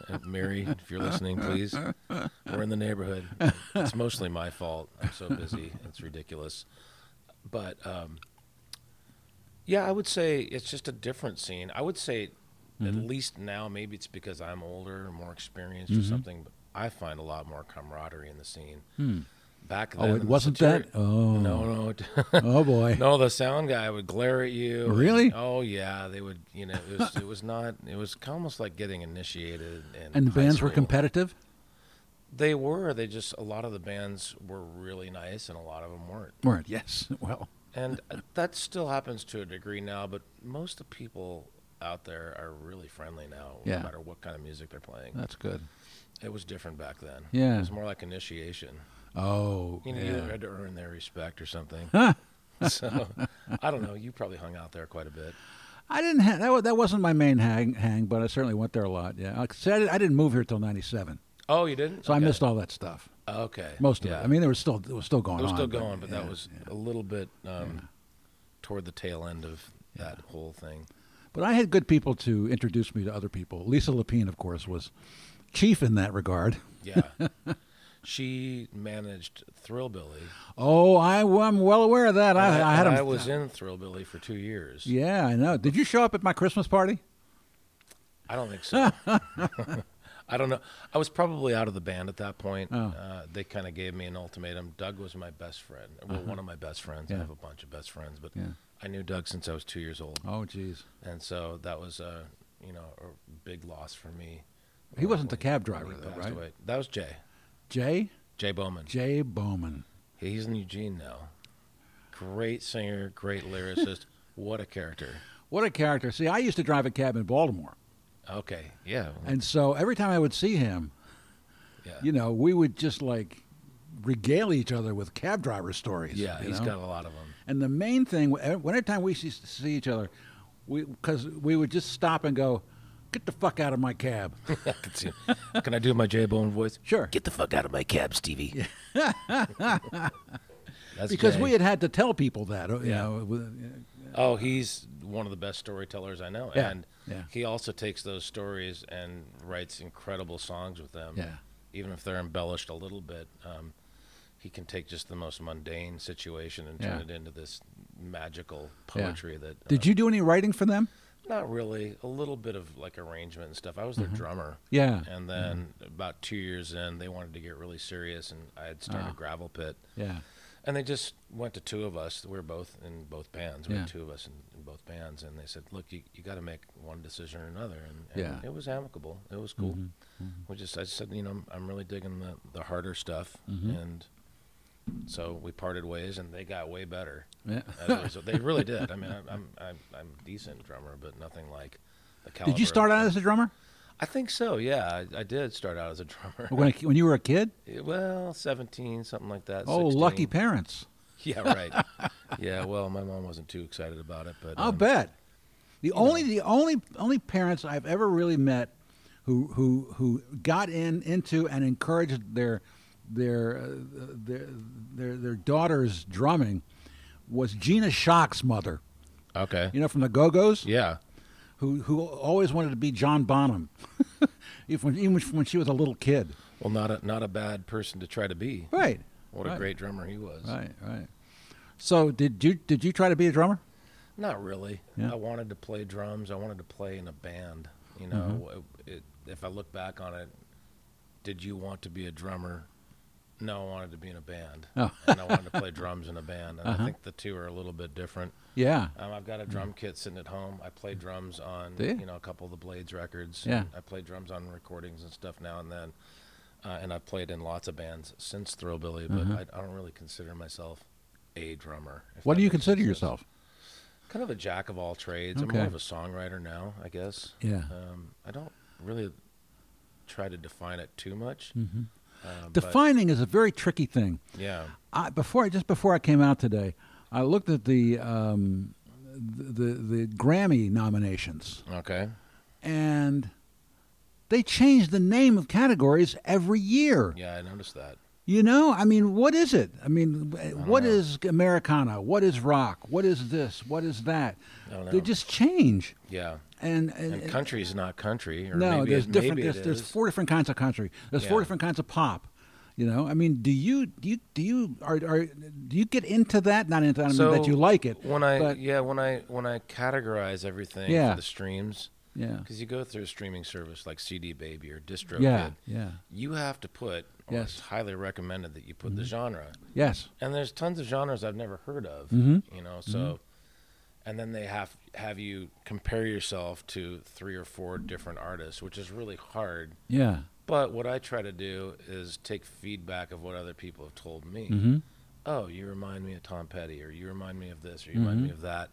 Speaker 2: and Mary, if you're listening, please. We're in the neighborhood. It's mostly my fault. I'm so busy. It's ridiculous. But um, yeah, I would say it's just a different scene. I would say, at
Speaker 1: Mm-hmm.
Speaker 2: least now, maybe it's because I'm older and more experienced
Speaker 1: Mm-hmm.
Speaker 2: or something. But I find a lot more camaraderie in the scene. Back then,
Speaker 1: Oh,
Speaker 2: in
Speaker 1: it
Speaker 2: the
Speaker 1: wasn't
Speaker 2: satir-
Speaker 1: that. Oh,
Speaker 2: No, no, it-
Speaker 1: oh boy.
Speaker 2: no, the sound guy would glare at you.
Speaker 1: Really?
Speaker 2: oh yeah, they would. You know, it was it was not. It was almost like getting initiated. In
Speaker 1: and the
Speaker 2: high
Speaker 1: bands were
Speaker 2: school.
Speaker 1: competitive.
Speaker 2: They were. They just a lot of the bands were really nice, and a lot of them weren't.
Speaker 1: Weren't yes. Well,
Speaker 2: And that still happens to a degree now, but most of the people out there are really friendly now,
Speaker 1: Yeah.
Speaker 2: no matter what kind of music they're playing.
Speaker 1: that's good.
Speaker 2: it was different back then.
Speaker 1: Yeah.
Speaker 2: it was more like initiation.
Speaker 1: Oh,
Speaker 2: You know,
Speaker 1: yeah.
Speaker 2: you had to earn their respect or something. so I don't know. You probably hung out there quite a bit.
Speaker 1: I didn't have that. wa- That wasn't my main hang, hang but I certainly went there a lot. Yeah, like I, said, I didn't- I didn't move here till '97,
Speaker 2: Oh, you didn't?
Speaker 1: so I
Speaker 2: Okay.
Speaker 1: missed all that stuff.
Speaker 2: Okay.
Speaker 1: Most of
Speaker 2: yeah.
Speaker 1: it. I mean, there was still it was still going on.
Speaker 2: it was still going, but, that
Speaker 1: yeah,
Speaker 2: was
Speaker 1: yeah.
Speaker 2: a little bit um, toward the tail end of that whole thing.
Speaker 1: But I had good people to introduce me to other people. Lisa Lapine, of course, was chief in that regard.
Speaker 2: Yeah. she managed Thrillbilly.
Speaker 1: Oh, I, am well aware of that.
Speaker 2: and
Speaker 1: I, I had
Speaker 2: and
Speaker 1: him.
Speaker 2: I was in Thrillbilly for two years.
Speaker 1: Yeah, I know. Did you show up at my Christmas party?
Speaker 2: I don't think so. I don't know. I was probably out of the band at that point.
Speaker 1: Oh.
Speaker 2: Uh, they kind of gave me an ultimatum. Doug was my best friend. Well, one of my best friends.
Speaker 1: Uh-huh. Yeah.
Speaker 2: I have a bunch of best friends, but
Speaker 1: Yeah.
Speaker 2: I knew Doug since I was two years old.
Speaker 1: Oh, jeez.
Speaker 2: And so that was a, you know, a big loss for me. Uh,
Speaker 1: He wasn't the
Speaker 2: when-
Speaker 1: cab
Speaker 2: when
Speaker 1: driver,
Speaker 2: he
Speaker 1: though,
Speaker 2: passed
Speaker 1: right?
Speaker 2: away. That was Jay.
Speaker 1: Jay
Speaker 2: Jay Bowman.
Speaker 1: Jay Bowman.
Speaker 2: He's in Eugene now. Great singer, great lyricist. what a character.
Speaker 1: What a character! See, I used to drive a cab in Baltimore,
Speaker 2: Okay. Yeah.
Speaker 1: and so every time I would see him,
Speaker 2: Yeah.
Speaker 1: you know, we would just like regale each other with cab driver stories.
Speaker 2: yeah.
Speaker 1: you
Speaker 2: He's
Speaker 1: know?
Speaker 2: got a lot of them.
Speaker 1: And the main thing, whenever time we see, see each other, we because we would just stop and go, "Get the fuck out of my cab!"
Speaker 2: I can see. Can I do my Jay Bone voice?
Speaker 1: Sure.
Speaker 2: Get the fuck out of my cab, Stevie. That's That's
Speaker 1: because
Speaker 2: Jay.
Speaker 1: we had had to tell people that. uh, You know, with-
Speaker 2: Oh, he's one of the best storytellers I know,
Speaker 1: Yeah,
Speaker 2: and
Speaker 1: yeah.
Speaker 2: he also takes those stories and writes incredible songs with them.
Speaker 1: Yeah.
Speaker 2: even if they're embellished a little bit, um, he can take just the most mundane situation and turn
Speaker 1: Yeah.
Speaker 2: it into this magical
Speaker 1: Yeah.
Speaker 2: poetry. That uh,
Speaker 1: Did you do any writing for them?
Speaker 2: Not really. A little bit of like arrangement and stuff. I was their drummer.
Speaker 1: Mm-hmm. Yeah. Mm-hmm.
Speaker 2: And then about two years in, they wanted to get really serious, and I had
Speaker 1: Ah.
Speaker 2: started a gravel pit.
Speaker 1: Yeah.
Speaker 2: And they just went to two of us. We were both in both bands. We had
Speaker 1: Yeah.
Speaker 2: two of us in, in both bands, and they said, "Look, you, you got to make one decision or another." And, and
Speaker 1: Yeah. Mm-hmm.
Speaker 2: it was amicable. It was cool. We just, I just said, you know, I'm, I'm really digging the the harder stuff,
Speaker 1: Mm-hmm.
Speaker 2: and so we parted ways, and they got way better.
Speaker 1: Yeah.
Speaker 2: as a result. they really did. I mean, I'm, I'm I'm I'm a decent drummer, but nothing like the caliber.
Speaker 1: Did you
Speaker 2: of
Speaker 1: start out
Speaker 2: the-
Speaker 1: as a drummer
Speaker 2: I think so. Yeah, I, I did start out as a drummer.
Speaker 1: when, when you were a kid?
Speaker 2: well, 17, something like that.
Speaker 1: Oh, lucky
Speaker 2: 16.
Speaker 1: parents!
Speaker 2: Yeah, right. yeah, well, my mom wasn't too excited about it, but
Speaker 1: I'll
Speaker 2: um,
Speaker 1: bet. The only the only only parents I've ever really met who who who got in into and encouraged their their uh, their their, their daughters drumming was Gina Shock's mother.
Speaker 2: Okay.
Speaker 1: You know, from the Go Go's.
Speaker 2: yeah.
Speaker 1: who who always wanted to be John Bonham, if when, even when she was a little kid.
Speaker 2: Well, not a not a bad person to try to be.
Speaker 1: Right.
Speaker 2: What
Speaker 1: Right.
Speaker 2: a great drummer he was.
Speaker 1: Right. Right. So did you did you try to be a drummer?
Speaker 2: Not really.
Speaker 1: Yeah.
Speaker 2: I wanted to play drums. I wanted to play in a band. You know,
Speaker 1: Mm-hmm.
Speaker 2: it, if I look back on it, did you want to be a drummer? No, I wanted to be in a band,
Speaker 1: Oh. Uh-huh.
Speaker 2: and I wanted to play drums in a band. And I think the two are a little bit different.
Speaker 1: Yeah.
Speaker 2: Um, I've got a drum kit sitting at home. I play drums on
Speaker 1: Mm. Do you?
Speaker 2: know a couple of the Blades records.
Speaker 1: Yeah.
Speaker 2: I play drums on recordings and stuff now and then, uh, and I've played in lots of bands since Thrillbilly.
Speaker 1: Mm-hmm.
Speaker 2: But I, I don't really consider myself a drummer. if
Speaker 1: What
Speaker 2: that
Speaker 1: do you
Speaker 2: makes
Speaker 1: consider
Speaker 2: sense.
Speaker 1: yourself?
Speaker 2: Kind of a jack of all trades. I'm
Speaker 1: Okay.
Speaker 2: more of a songwriter now, I guess.
Speaker 1: Yeah.
Speaker 2: Um, I don't really try to define it too much.
Speaker 1: Mm-hmm.
Speaker 2: Um, but-
Speaker 1: Defining is a very tricky thing.
Speaker 2: yeah.
Speaker 1: I, before I just before I came out today, I looked at the um, the, the the Grammy nominations,
Speaker 2: Okay.
Speaker 1: and they change the name of categories every year.
Speaker 2: Yeah, I noticed that.
Speaker 1: You know, I mean, what is it? I mean, what is Americana? What is rock? What is this? What is that?
Speaker 2: I don't
Speaker 1: They
Speaker 2: know.
Speaker 1: just change.
Speaker 2: Yeah.
Speaker 1: And, and,
Speaker 2: And country's not country. Or
Speaker 1: no,
Speaker 2: maybe
Speaker 1: there's
Speaker 2: it,
Speaker 1: different.
Speaker 2: Maybe
Speaker 1: There's,
Speaker 2: it
Speaker 1: there's
Speaker 2: is.
Speaker 1: four different kinds of country. There's four
Speaker 2: Yeah.
Speaker 1: different kinds of pop. You know, I mean, do you do you do you are, are do you get into that? Not into I mean, that you like it.
Speaker 2: When I
Speaker 1: but-
Speaker 2: yeah, when I when I categorize everything
Speaker 1: Yeah.
Speaker 2: for the streams,
Speaker 1: yeah,
Speaker 2: because you go through a streaming service like CD Baby or DistroKid,
Speaker 1: yeah, yeah,
Speaker 2: you have to put. Or
Speaker 1: Yes. Mm-hmm.
Speaker 2: It's highly recommended that you put the genre.
Speaker 1: yes,
Speaker 2: And there's tons of genres I've never heard of.
Speaker 1: Mm-hmm.
Speaker 2: You know, so. And then they have have you compare yourself to three or four different artists, which is really hard.
Speaker 1: yeah,
Speaker 2: But what I try to do is take feedback of what other people have told me.
Speaker 1: Mm-hmm.
Speaker 2: Oh, you remind me of Tom Petty, or you remind me of this, or you remind me
Speaker 1: Mm-hmm.
Speaker 2: of that,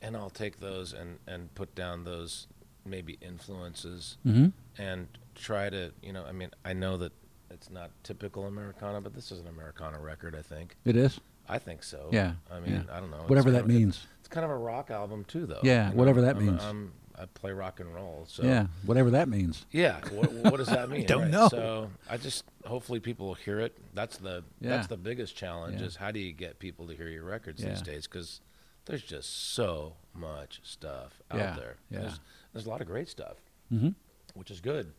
Speaker 2: and I'll take those and and put down those maybe influences
Speaker 1: Mm-hmm.
Speaker 2: and try to you know I mean I know that it's not typical Americana, but this is an Americana record I think
Speaker 1: it is.
Speaker 2: I think so.
Speaker 1: Yeah,
Speaker 2: I mean
Speaker 1: yeah.
Speaker 2: I don't know Oh, It's
Speaker 1: Whatever that
Speaker 2: kind of-
Speaker 1: means.
Speaker 2: It's kind of a rock album too, though.
Speaker 1: Yeah, whatever that
Speaker 2: I'm a-
Speaker 1: means.
Speaker 2: I'm, I play rock and roll, so
Speaker 1: Yeah, whatever that means.
Speaker 2: yeah. What, what does that mean?
Speaker 1: don't
Speaker 2: right?
Speaker 1: know.
Speaker 2: So I just hopefully people will hear it. That's the
Speaker 1: Yeah.
Speaker 2: that's the biggest challenge
Speaker 1: Yeah.
Speaker 2: is how do you get people to hear your records
Speaker 1: Yeah.
Speaker 2: these days? Because there's just so much stuff out
Speaker 1: Yeah,
Speaker 2: there.
Speaker 1: yeah.
Speaker 2: There's there's a lot of great stuff,
Speaker 1: Mm-hmm.
Speaker 2: which is good.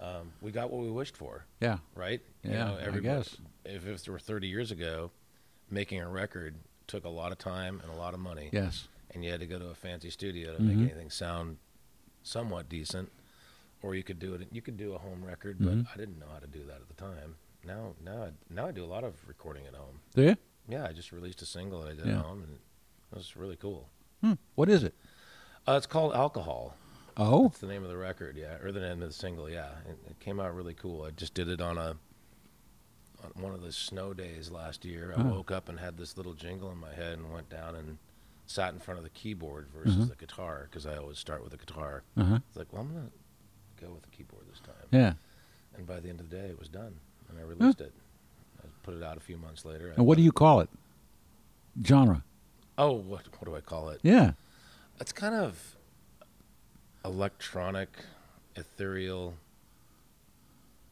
Speaker 2: Um, we got what we wished for,
Speaker 1: Yeah,
Speaker 2: right?
Speaker 1: Yeah, I guess.
Speaker 2: If if it were 30 years ago, making a record took a lot of time and a lot of money
Speaker 1: yes,
Speaker 2: and you had to go to a fancy studio to make anything sound somewhat decent, or you could do it. You could do a home record, but I didn't know how to do that at the time. Now, now, I- now I do a lot of recording at home.
Speaker 1: do you?
Speaker 2: Yeah, I just released a single that I did
Speaker 1: Yeah.
Speaker 2: at home, and it was really cool.
Speaker 1: Hmm. What is it?
Speaker 2: Uh, it's called Alcohol.
Speaker 1: Oh,
Speaker 2: It's the name of the record, yeah, or the name of the single, yeah. It, it came out really cool. I just did it on a on one of the snow days last year. I
Speaker 1: Oh.
Speaker 2: woke up and had this little jingle in my head and went down and sat in front of the keyboard versus
Speaker 1: Mm-hmm.
Speaker 2: the guitar because I always start with the guitar.
Speaker 1: Uh-huh.
Speaker 2: It's like, well, I'm gonna go with the keyboard this time.
Speaker 1: yeah.
Speaker 2: And by the end of the day, it was done, and I released it. I put it out a few months later. I
Speaker 1: And what do you call it? Genre.
Speaker 2: oh, what what do I call it?
Speaker 1: Yeah.
Speaker 2: It's kind of electronic, ethereal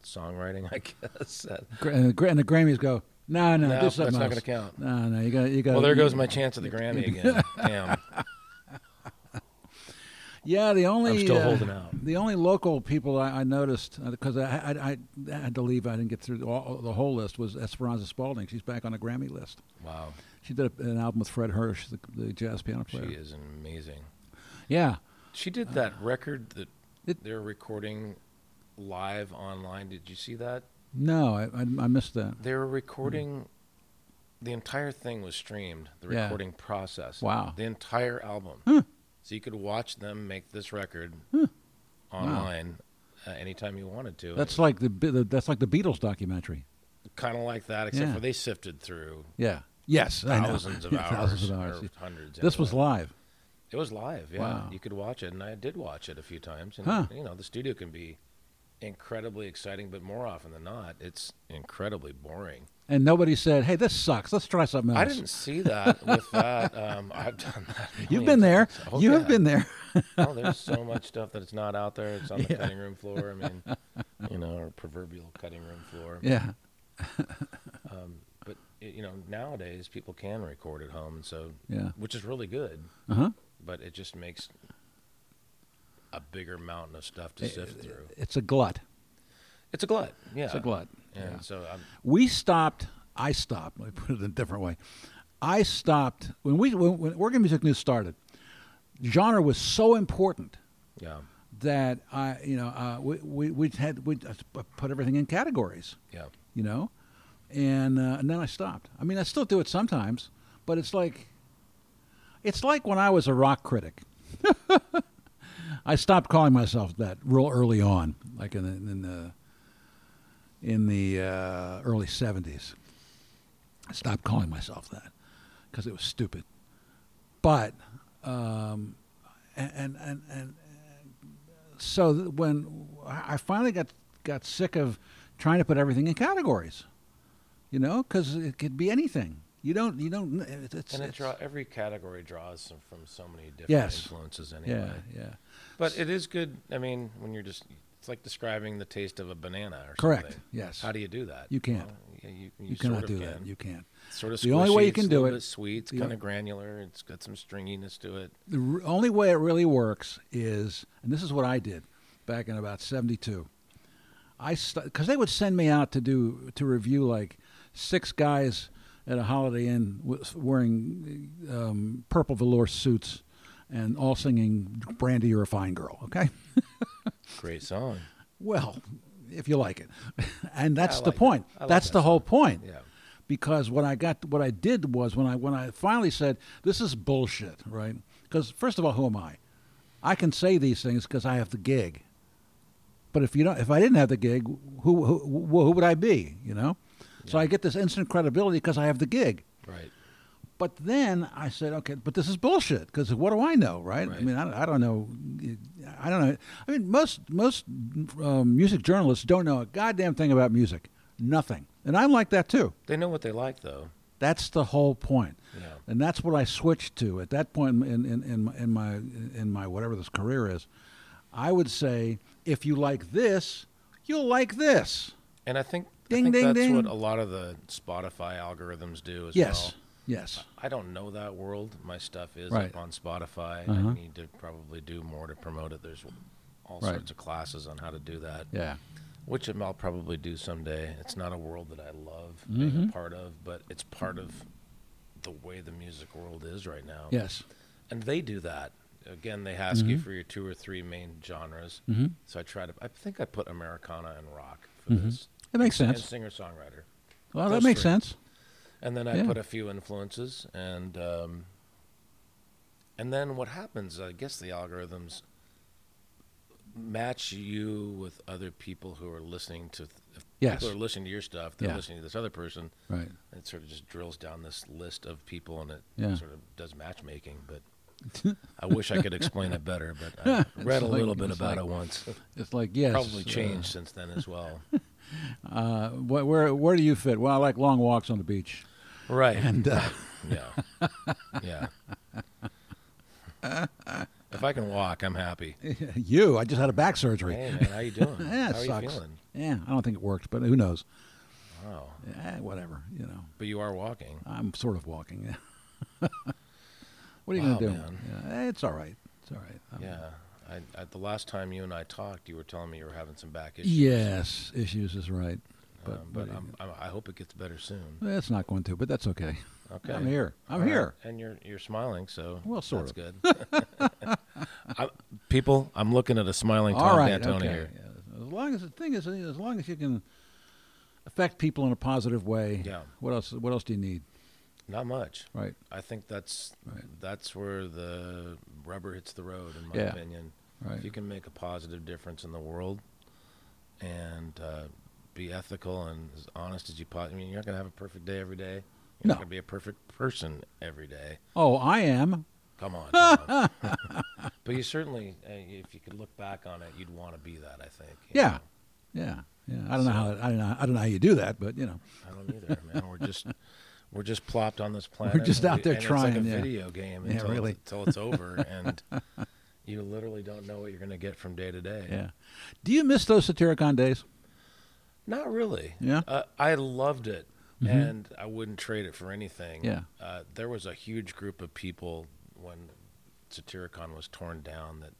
Speaker 2: songwriting, I guess.
Speaker 1: Gra- And the, Gra- and the Grammys go, No, no,
Speaker 2: No,
Speaker 1: this is
Speaker 2: that's not
Speaker 1: something
Speaker 2: going to
Speaker 1: else.
Speaker 2: count.
Speaker 1: No, no, you got, you got.
Speaker 2: Well, there goes my chance at the Grammy again. Damn,
Speaker 1: Yeah, the only
Speaker 2: I'm still
Speaker 1: uh,
Speaker 2: holding out.
Speaker 1: The only local people I, I noticed because I, I, I had to leave, I didn't get through all, the whole list. Was Esperanza Spalding? She's back on the Grammy list.
Speaker 2: Wow,
Speaker 1: She did an album with Fred Hirsch, the, the jazz piano
Speaker 2: she
Speaker 1: player.
Speaker 2: is amazing.
Speaker 1: Yeah,
Speaker 2: She did that record that
Speaker 1: Uh, it-
Speaker 2: they're recording live online. Did you see that?
Speaker 1: no, I, I, I missed that.
Speaker 2: They were recording. The entire thing was streamed. The
Speaker 1: Yeah.
Speaker 2: recording process.
Speaker 1: Wow.
Speaker 2: The entire album. So you could watch them make this record online uh, anytime you wanted to.
Speaker 1: That's like the, Be- the that's like the Beatles documentary.
Speaker 2: kind of like that, except
Speaker 1: Yeah.
Speaker 2: for they sifted through
Speaker 1: Yeah. Yes, I know.
Speaker 2: thousands of
Speaker 1: Yeah,
Speaker 2: hours,
Speaker 1: Thousands of hours.
Speaker 2: or hundreds.
Speaker 1: This was
Speaker 2: anyway.
Speaker 1: live.
Speaker 2: it was live. Yeah,
Speaker 1: Wow.
Speaker 2: you could watch it, and I did watch it a few times. And
Speaker 1: Huh.
Speaker 2: you know, the studio can be incredibly exciting, but more often than not, it's incredibly boring.
Speaker 1: And nobody said, "Hey, this sucks. Let's try something else."
Speaker 2: I didn't see that with that. Um, I've done that. a
Speaker 1: You've
Speaker 2: million
Speaker 1: been there.
Speaker 2: times. Oh,
Speaker 1: you
Speaker 2: yeah.
Speaker 1: have been there.
Speaker 2: Oh, there's so much stuff that it's not out there. It's on the cutting room floor. I mean, you know, or proverbial cutting room floor.
Speaker 1: yeah.
Speaker 2: But y- you know, nowadays people can record at home, so
Speaker 1: Yeah.
Speaker 2: which is really good.
Speaker 1: Uh huh.
Speaker 2: but it just makes a bigger mountain of stuff
Speaker 1: Eh,
Speaker 2: to sift through.
Speaker 1: It's a glut.
Speaker 2: It's a glut. Yeah.
Speaker 1: It's a glut.
Speaker 2: And so I'm,
Speaker 1: we stopped. I stopped. Let me put it in a different way. I stopped when we when, when Oregon Music News started. Genre was so important
Speaker 2: yeah,
Speaker 1: that I, you know, uh, we we we had we put everything in categories,
Speaker 2: yeah.
Speaker 1: you know, and uh, and then I stopped. I mean, I still do it sometimes, but it's like, it's like when I was a rock critic. I stopped calling myself that real early on, like in the, in the in the uh, early '70s. I stopped calling myself that because it was stupid. But um, and and and, and so th- when I I finally got got sick of trying to put everything in categories, you know, because it could be anything. You don't you don't it's, it's,
Speaker 2: And it
Speaker 1: it's-
Speaker 2: draw every category draws some, from so many different
Speaker 1: Yes.
Speaker 2: influences anyway.
Speaker 1: yeah yeah.
Speaker 2: But it is good. I mean, when you're just, it's like describing the taste of a banana or
Speaker 1: Correct.
Speaker 2: something.
Speaker 1: Yes.
Speaker 2: How do you do that?
Speaker 1: You can't.
Speaker 2: Well, yeah, you, you,
Speaker 1: you,
Speaker 2: sort
Speaker 1: cannot
Speaker 2: of
Speaker 1: do
Speaker 2: can.
Speaker 1: that. You can't.
Speaker 2: It's sort of
Speaker 1: The only way you
Speaker 2: squishy,
Speaker 1: can
Speaker 2: it's a
Speaker 1: do
Speaker 2: little
Speaker 1: it-
Speaker 2: bit sweet. It's
Speaker 1: the-
Speaker 2: kind of granular. It's got some stringiness to it.
Speaker 1: The r- only way it really works is, and this is what I did back in about '72. I because they would send me out to do to review like six guys at a Holiday Inn w- wearing um, purple velour suits and all singing "Brandy, You're a Fine Girl." Okay,
Speaker 2: Great song.
Speaker 1: well, if you like it, and that's
Speaker 2: I
Speaker 1: the
Speaker 2: like it.
Speaker 1: point.
Speaker 2: I like
Speaker 1: that's
Speaker 2: that
Speaker 1: the whole point.
Speaker 2: Yeah.
Speaker 1: because what I got, what I did was when I when I finally said this is bullshit, right? Because first of all, who am I? I can say these things because I have the gig. But if you don't, if I didn't have the gig, who who who would I be? You know, so I get this instant credibility because I have the gig.
Speaker 2: Right.
Speaker 1: But then I said, okay, but this is bullshit because what do I know, right? I
Speaker 2: Right.
Speaker 1: mean, I, don't- I don't know, I don't know. I mean, most most um, music journalists don't know a goddamn thing about music, nothing, and I'm like that too.
Speaker 2: They know what they like, though.
Speaker 1: That's the whole point.
Speaker 2: Yeah.
Speaker 1: And that's what I switched to at that point in, in, in, my- in my in my whatever this career is. I would say if you like this, you'll like this.
Speaker 2: And I think,
Speaker 1: Ding,
Speaker 2: I think
Speaker 1: ding,
Speaker 2: that's
Speaker 1: ding.
Speaker 2: what a lot of the Spotify algorithms do as
Speaker 1: yes.
Speaker 2: well.
Speaker 1: Yes.
Speaker 2: I don't know that world. My stuff is
Speaker 1: Right.
Speaker 2: up on Spotify.
Speaker 1: Uh-huh.
Speaker 2: I need to probably do more to promote it. There's all
Speaker 1: Right.
Speaker 2: sorts of classes on how to do that,
Speaker 1: Yeah.
Speaker 2: which I'll probably do someday. It's not a world that I love being a part of, but it's part of the way the music world is right now.
Speaker 1: Yes.
Speaker 2: And they do that. Again, they ask you for your two or three main genres.
Speaker 1: Mm. Mm-hmm.
Speaker 2: So I try to, I think I put Americana and rock for this.
Speaker 1: It makes
Speaker 2: And
Speaker 1: sense.
Speaker 2: singer songwriter.
Speaker 1: Well, that
Speaker 2: those
Speaker 1: makes
Speaker 2: three.
Speaker 1: sense.
Speaker 2: and then I
Speaker 1: Yeah.
Speaker 2: put a few influences, and um, and then what happens? I guess the algorithms match you with other people who are listening to. Th- if
Speaker 1: Yes.
Speaker 2: people are listening to your stuff. They're
Speaker 1: Yeah.
Speaker 2: listening to this other person.
Speaker 1: Right.
Speaker 2: and It sort of just drills down this list of people, and it
Speaker 1: Yeah.
Speaker 2: sort of does matchmaking. But I wish I could explain it better. But I read a
Speaker 1: like-
Speaker 2: little bit
Speaker 1: it's
Speaker 2: about
Speaker 1: like-
Speaker 2: it once.
Speaker 1: It's like yes.
Speaker 2: Probably
Speaker 1: uh,
Speaker 2: changed since then as well.
Speaker 1: Uh, wh- where where do you fit? Well, I like long walks on the beach.
Speaker 2: Right.
Speaker 1: And uh,
Speaker 2: Yeah. Yeah. if I can walk, I'm happy.
Speaker 1: you, I just had a back surgery.
Speaker 2: Hey man, how you doing?
Speaker 1: Yeah, it
Speaker 2: how are
Speaker 1: sucks.
Speaker 2: you feeling?
Speaker 1: Yeah, I don't think it worked, but who knows?
Speaker 2: Wow.
Speaker 1: Eh, whatever, you know.
Speaker 2: But you are walking.
Speaker 1: I'm sort of walking. Yeah. what are you
Speaker 2: Wow,
Speaker 1: gonna do?
Speaker 2: man.
Speaker 1: Yeah, eh, it's all right. It's all right. I'm-
Speaker 2: Yeah. I, I, the last time you and I talked, you were telling me you were having some back issues.
Speaker 1: Yes, issues is right,
Speaker 2: Um,
Speaker 1: but,
Speaker 2: but
Speaker 1: but
Speaker 2: I'm, I'm, I hope it gets better soon.
Speaker 1: it's not going to. But that's okay.
Speaker 2: Okay.
Speaker 1: I'm here. I'm
Speaker 2: All right.
Speaker 1: here.
Speaker 2: And you're you're smiling, so
Speaker 1: Well, sort
Speaker 2: that's good. I, people, I'm looking at a smiling Tom
Speaker 1: All right.
Speaker 2: D'Antoni
Speaker 1: okay.
Speaker 2: here.
Speaker 1: Yeah, As long as the thing is, as long as you can affect people in a positive way.
Speaker 2: Yeah.
Speaker 1: What else? What else do you need?
Speaker 2: Not much.
Speaker 1: Right.
Speaker 2: I think that's
Speaker 1: Right.
Speaker 2: that's where the rubber hits the road, in my
Speaker 1: Yeah.
Speaker 2: opinion.
Speaker 1: Right.
Speaker 2: If you can make a positive difference in the world and uh, be ethical and as honest as you possibly, I mean, you're not going to have a perfect day every day. You're
Speaker 1: No.
Speaker 2: not going to be a perfect person every day.
Speaker 1: Oh, I am.
Speaker 2: Come on. Tom. but you certainly, uh, if you could look back on it, you'd want to be that. I think. you
Speaker 1: Yeah.
Speaker 2: know?
Speaker 1: Yeah. Yeah. I don't know how. I don't know. I don't know how you do that, but you know.
Speaker 2: I don't either, man. We're just we're just plopped on this planet. and
Speaker 1: just out
Speaker 2: we-
Speaker 1: there
Speaker 2: and It's
Speaker 1: trying,
Speaker 2: like a
Speaker 1: yeah.
Speaker 2: video game
Speaker 1: Yeah,
Speaker 2: until,
Speaker 1: really.
Speaker 2: until it's over, and you literally don't know what you're going to get from day to day.
Speaker 1: Yeah. Do you miss those Satyricon days?
Speaker 2: Not really.
Speaker 1: Yeah. Mm-hmm.
Speaker 2: Uh, I loved it, and I wouldn't trade it for anything.
Speaker 1: Yeah.
Speaker 2: Uh, there was a huge group of people when Satyricon was torn down that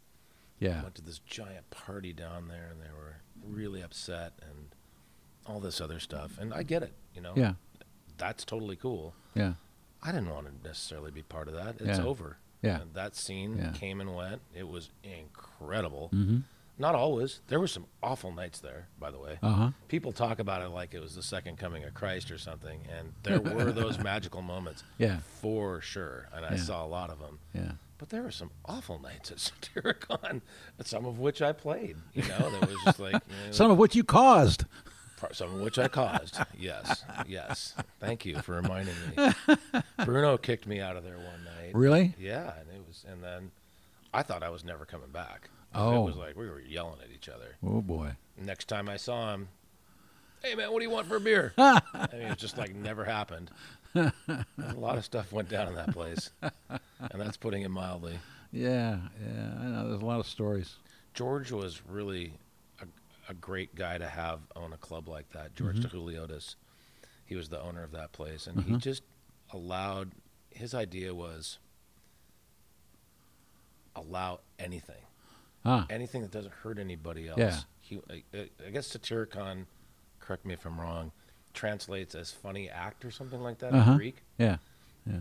Speaker 1: Yeah.
Speaker 2: went to this giant party down there, and they were really upset and all this other stuff. And I get it. You know.
Speaker 1: Yeah.
Speaker 2: That's totally cool.
Speaker 1: Yeah.
Speaker 2: I didn't want to necessarily be part of that. It's
Speaker 1: Yeah.
Speaker 2: over.
Speaker 1: Yeah.
Speaker 2: And that scene
Speaker 1: Yeah.
Speaker 2: came and went. It was incredible.
Speaker 1: Mm-hmm.
Speaker 2: Not always. There were some awful nights there, by the way.
Speaker 1: Uh huh.
Speaker 2: People talk about it like it was the second coming of Christ or something, and there were those magical moments.
Speaker 1: Yeah.
Speaker 2: For sure. And I
Speaker 1: Yeah.
Speaker 2: saw a lot of them.
Speaker 1: Yeah.
Speaker 2: But there were some awful nights at Satyricon, some of which I played. You know, that was just like you know,
Speaker 1: Some of which you caused.
Speaker 2: Pro- Some of which I caused. Yes, yes. Thank you for reminding me. Bruno kicked me out of there one night.
Speaker 1: Really?
Speaker 2: Yeah, and it was, and then I thought I was never coming back.
Speaker 1: Oh.
Speaker 2: it was like we were yelling at each other.
Speaker 1: Oh boy.
Speaker 2: Next time I saw him, hey man, what do you want for a beer? I mean, it just like never happened. a lot of stuff went down in that place, and that's putting it mildly.
Speaker 1: Yeah. Yeah. I know. There's a lot of stories.
Speaker 2: George was really a, a great guy to have on a club like that. George
Speaker 1: Mm-hmm.
Speaker 2: de DeJuliotis, he was the owner of that place, and he just allowed. His idea was allow anything,
Speaker 1: Ah.
Speaker 2: anything that doesn't hurt anybody else.
Speaker 1: Yeah.
Speaker 2: He, I, I- I guess Satyricon, correct me if I'm wrong, translates as funny act or something like that
Speaker 1: Uh-huh.
Speaker 2: in Greek.
Speaker 1: Yeah. Yeah.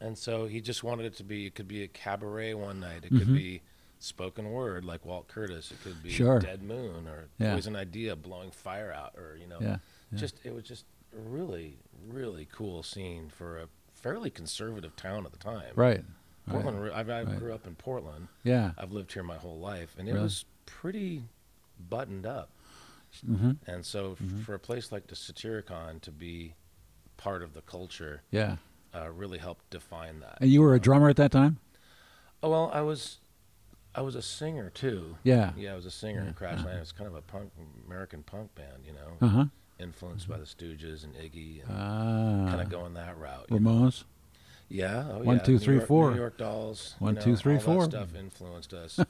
Speaker 2: And so he just wanted it to be. It could be a cabaret one night. It
Speaker 1: Mm-hmm.
Speaker 2: could be spoken word like Walt Curtis. It could be
Speaker 1: Sure.
Speaker 2: Dead Moon or
Speaker 1: Yeah.
Speaker 2: Poison Idea blowing fire out, or you know,
Speaker 1: Yeah, yeah.
Speaker 2: just it was just a really, really cool scene for a fairly conservative town at the time.
Speaker 1: Right. right.
Speaker 2: Portland. re- I, I
Speaker 1: Right.
Speaker 2: grew up in Portland.
Speaker 1: Yeah.
Speaker 2: I've lived here my whole life, and
Speaker 1: Really?
Speaker 2: it was pretty buttoned up.
Speaker 1: Mm-hmm.
Speaker 2: And so, f- for a place like the Satyricon to be part of the culture,
Speaker 1: Yeah.
Speaker 2: uh, really helped define that.
Speaker 1: And you were a drummer at that time?
Speaker 2: Oh well, I was, I was a singer too.
Speaker 1: Yeah. Uh-huh.
Speaker 2: Yeah, I was a singer in Crashland. It was kind of a punk American punk band, you know,
Speaker 1: Uh huh.
Speaker 2: influenced by the Stooges and Iggy, and
Speaker 1: Ah.
Speaker 2: kind of going that route. you know.
Speaker 1: Ramones.
Speaker 2: Yeah. Oh,
Speaker 1: One,
Speaker 2: yeah.
Speaker 1: two, three,
Speaker 2: New York,
Speaker 1: four.
Speaker 2: New York Dolls.
Speaker 1: One,
Speaker 2: you know,
Speaker 1: two, three,
Speaker 2: all that
Speaker 1: four.
Speaker 2: stuff influenced us.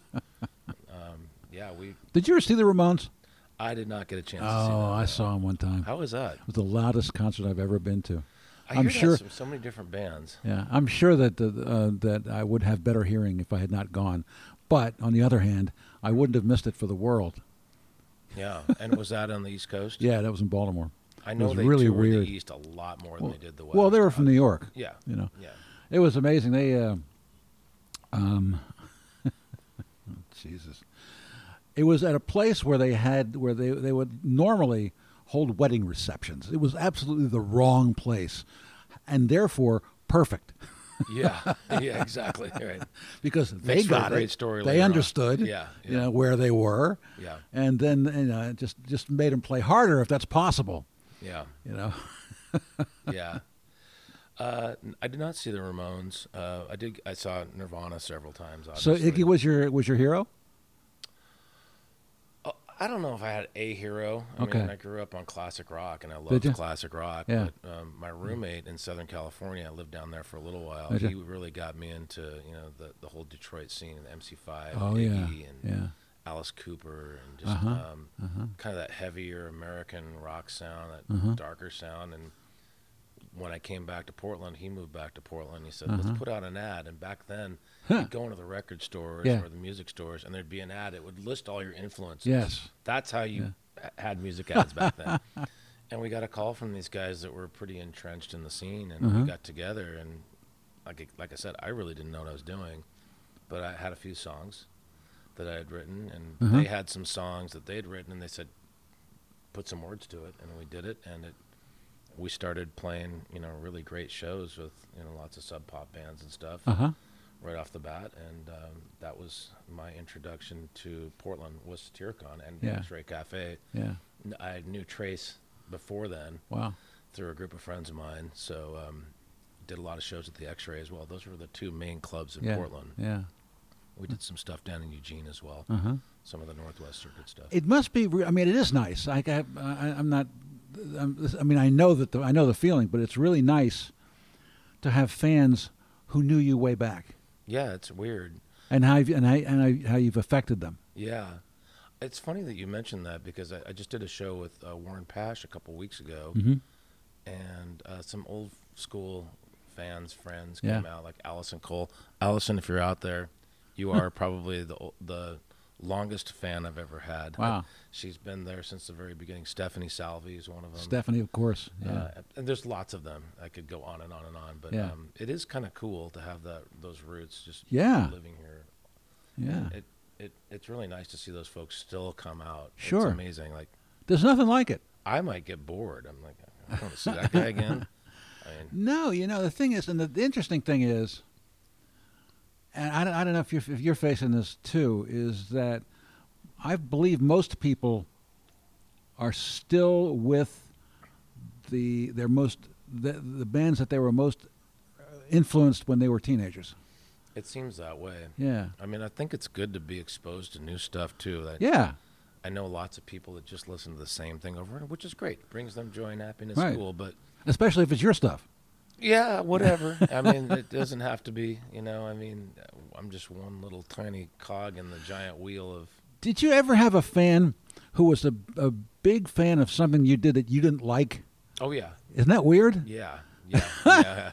Speaker 2: um, yeah, we.
Speaker 1: Did you ever see the Ramones?
Speaker 2: I did not get a chance. to see
Speaker 1: Oh,
Speaker 2: that.
Speaker 1: I saw them one time.
Speaker 2: How was that?
Speaker 1: It was the loudest concert I've ever been to.
Speaker 2: I
Speaker 1: I'm
Speaker 2: hear
Speaker 1: sure-
Speaker 2: That from so many different bands.
Speaker 1: Yeah, I'm sure that the, uh, that I would have better hearing if I had not gone, but on the other hand, I wouldn't have missed it for the world.
Speaker 2: Yeah. And was that on the East Coast?
Speaker 1: Yeah, that was in Baltimore.
Speaker 2: I know
Speaker 1: was
Speaker 2: they
Speaker 1: really
Speaker 2: toured
Speaker 1: weird.
Speaker 2: the East a lot more than they did the West.
Speaker 1: Well, they were from New York.
Speaker 2: Yeah.
Speaker 1: You know,
Speaker 2: Yeah.
Speaker 1: it was amazing. They, uh, um, Jesus, it was at a place where they had where they they would normally hold wedding receptions. It was absolutely the wrong place, and therefore perfect.
Speaker 2: Yeah, yeah, exactly. Right.
Speaker 1: because they
Speaker 2: for a
Speaker 1: got
Speaker 2: great
Speaker 1: it.
Speaker 2: story
Speaker 1: they
Speaker 2: later on.
Speaker 1: understood,
Speaker 2: Yeah,
Speaker 1: you
Speaker 2: yeah.
Speaker 1: know where they were,
Speaker 2: Yeah.
Speaker 1: and then you know it just just made them play harder if that's possible,
Speaker 2: Yeah,
Speaker 1: you know.
Speaker 2: yeah. Uh, n- I did not see the Ramones. Uh, I did. I saw Nirvana several times.
Speaker 1: So
Speaker 2: Obviously.
Speaker 1: Iggy was your was your hero.
Speaker 2: I don't know if I had a hero. I
Speaker 1: Okay.
Speaker 2: mean, I grew up on classic rock, and I
Speaker 1: you?
Speaker 2: loved classic rock.
Speaker 1: Yeah.
Speaker 2: But um, my roommate in Southern California, I lived down there for a little while.
Speaker 1: Did you?
Speaker 2: He really got me into you know the, the whole Detroit scene and MC5,
Speaker 1: Oh
Speaker 2: and
Speaker 1: yeah,
Speaker 2: Iggy, and
Speaker 1: yeah,
Speaker 2: Alice Cooper and
Speaker 1: Uh-huh.
Speaker 2: just um, kind of that heavier American rock sound, that
Speaker 1: Uh-huh.
Speaker 2: darker sound. And when I came back to Portland, he moved back to Portland. He said, "Let's put out an ad." And back then,
Speaker 1: Uh-huh. Huh.
Speaker 2: you'd go into the record stores
Speaker 1: Yeah.
Speaker 2: or the music stores, and there'd be an ad. It would list all your influences.
Speaker 1: Yes.
Speaker 2: that's how you h- had music ads back then. And we got a call from these guys that were pretty entrenched in the scene, and we got together. And like I- like I said, I really didn't know what I was doing, but I had a few songs that I had written, and they had some songs that they'd written, and they said, put some words to it, and we did it, and it. We started playing, you know, really great shows with you know lots of sub pop bands and stuff
Speaker 1: Uh huh.
Speaker 2: right off the bat, and um, that was my introduction to Portland was Satyricon and
Speaker 1: Yeah.
Speaker 2: X-Ray Cafe.
Speaker 1: Yeah.
Speaker 2: N- I knew Trace before then
Speaker 1: Wow.
Speaker 2: through a group of friends of mine, so um, did a lot of shows at the X-Ray as well. Those were the two main clubs in
Speaker 1: yeah.
Speaker 2: Portland.
Speaker 1: Yeah.
Speaker 2: We did some stuff down in Eugene as well,
Speaker 1: Uh huh.
Speaker 2: some of the Northwest Circuit stuff.
Speaker 1: It must be. Re- I mean, it is nice. Like I, I I'm not. I'm, this- I mean, I know that the, I know the feeling, but it's really nice to have fans who knew you way back
Speaker 2: yeah, it's weird.
Speaker 1: and how you've, and how, and how, how you've affected them.
Speaker 2: Yeah. It's funny that you mentioned that because I, I just did a show with uh, Warren Pash a couple weeks ago,
Speaker 1: Mm-hmm.
Speaker 2: and uh, some old school fans, friends came
Speaker 1: Yeah.
Speaker 2: out, like Allison Cole. Allison, if you're out there, you are probably the ol- the longest fan I've ever had.
Speaker 1: Wow.
Speaker 2: She's been there since the very beginning. Stephanie Salvi is one of them.
Speaker 1: Stephanie, of course. Yeah.
Speaker 2: Um, Uh, and there's lots of them. I could go on and on and on, but
Speaker 1: Yeah.
Speaker 2: um, it is kind of cool to have that those roots just
Speaker 1: Yeah.
Speaker 2: living here
Speaker 1: yeah.
Speaker 2: it, it it's really nice to see those folks still come out.
Speaker 1: Sure.
Speaker 2: it's amazing. Like
Speaker 1: There's nothing like it.
Speaker 2: I might get bored. I'm like, I don't want to see that guy again. I mean,
Speaker 1: No, you know the thing is, and the, the interesting thing is, and I don't, I don't know if you're if you're facing this too, is that I believe most people are still with the their most the, the bands that they were most influenced when they were teenagers.
Speaker 2: it seems that way.
Speaker 1: Yeah,
Speaker 2: I mean, I think it's good to be exposed to new stuff too. Like,
Speaker 1: yeah,
Speaker 2: I know lots of people that just listen to the same thing over and which is great. Brings them joy and happiness.
Speaker 1: Right.
Speaker 2: Cool, but
Speaker 1: especially if it's your stuff.
Speaker 2: yeah, whatever. I mean, it doesn't have to be. You know, I mean, I'm just one little tiny cog in the giant wheel of.
Speaker 1: Did you ever have a fan who was a, a big fan of something you did that you didn't like?
Speaker 2: Oh yeah,
Speaker 1: Isn't that weird?
Speaker 2: Yeah, yeah, yeah,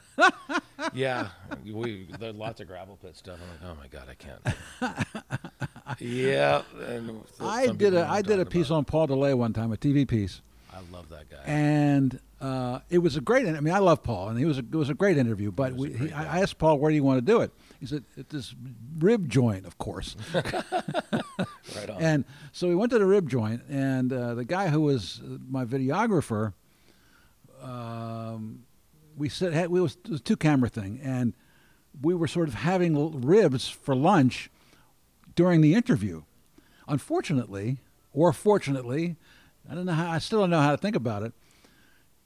Speaker 2: yeah. We there's lots of gravel pit stuff. I'm like, oh my god, I can't. yeah, and so-
Speaker 1: I
Speaker 2: some
Speaker 1: did
Speaker 2: people
Speaker 1: a
Speaker 2: know
Speaker 1: I
Speaker 2: what
Speaker 1: did
Speaker 2: I'm
Speaker 1: a
Speaker 2: talking
Speaker 1: piece
Speaker 2: about.
Speaker 1: on Paul DeLay one time, a TV piece,
Speaker 2: I love that guy.
Speaker 1: and uh, it was a great. I mean, I love Paul, and he was a, it was a great interview. But
Speaker 2: was a
Speaker 1: we, he,
Speaker 2: great
Speaker 1: I
Speaker 2: guy.
Speaker 1: I asked Paul, "Where do you want to do it?" He said, "At this rib joint, of course."
Speaker 2: right on.
Speaker 1: and so we went to the rib joint, and uh, the guy who was uh, my videographer, um, we said had, we was, it was a two camera thing, and we were sort of having l- ribs for lunch during the interview. Unfortunately, or fortunately, I don't know how. I still don't know how to think about it.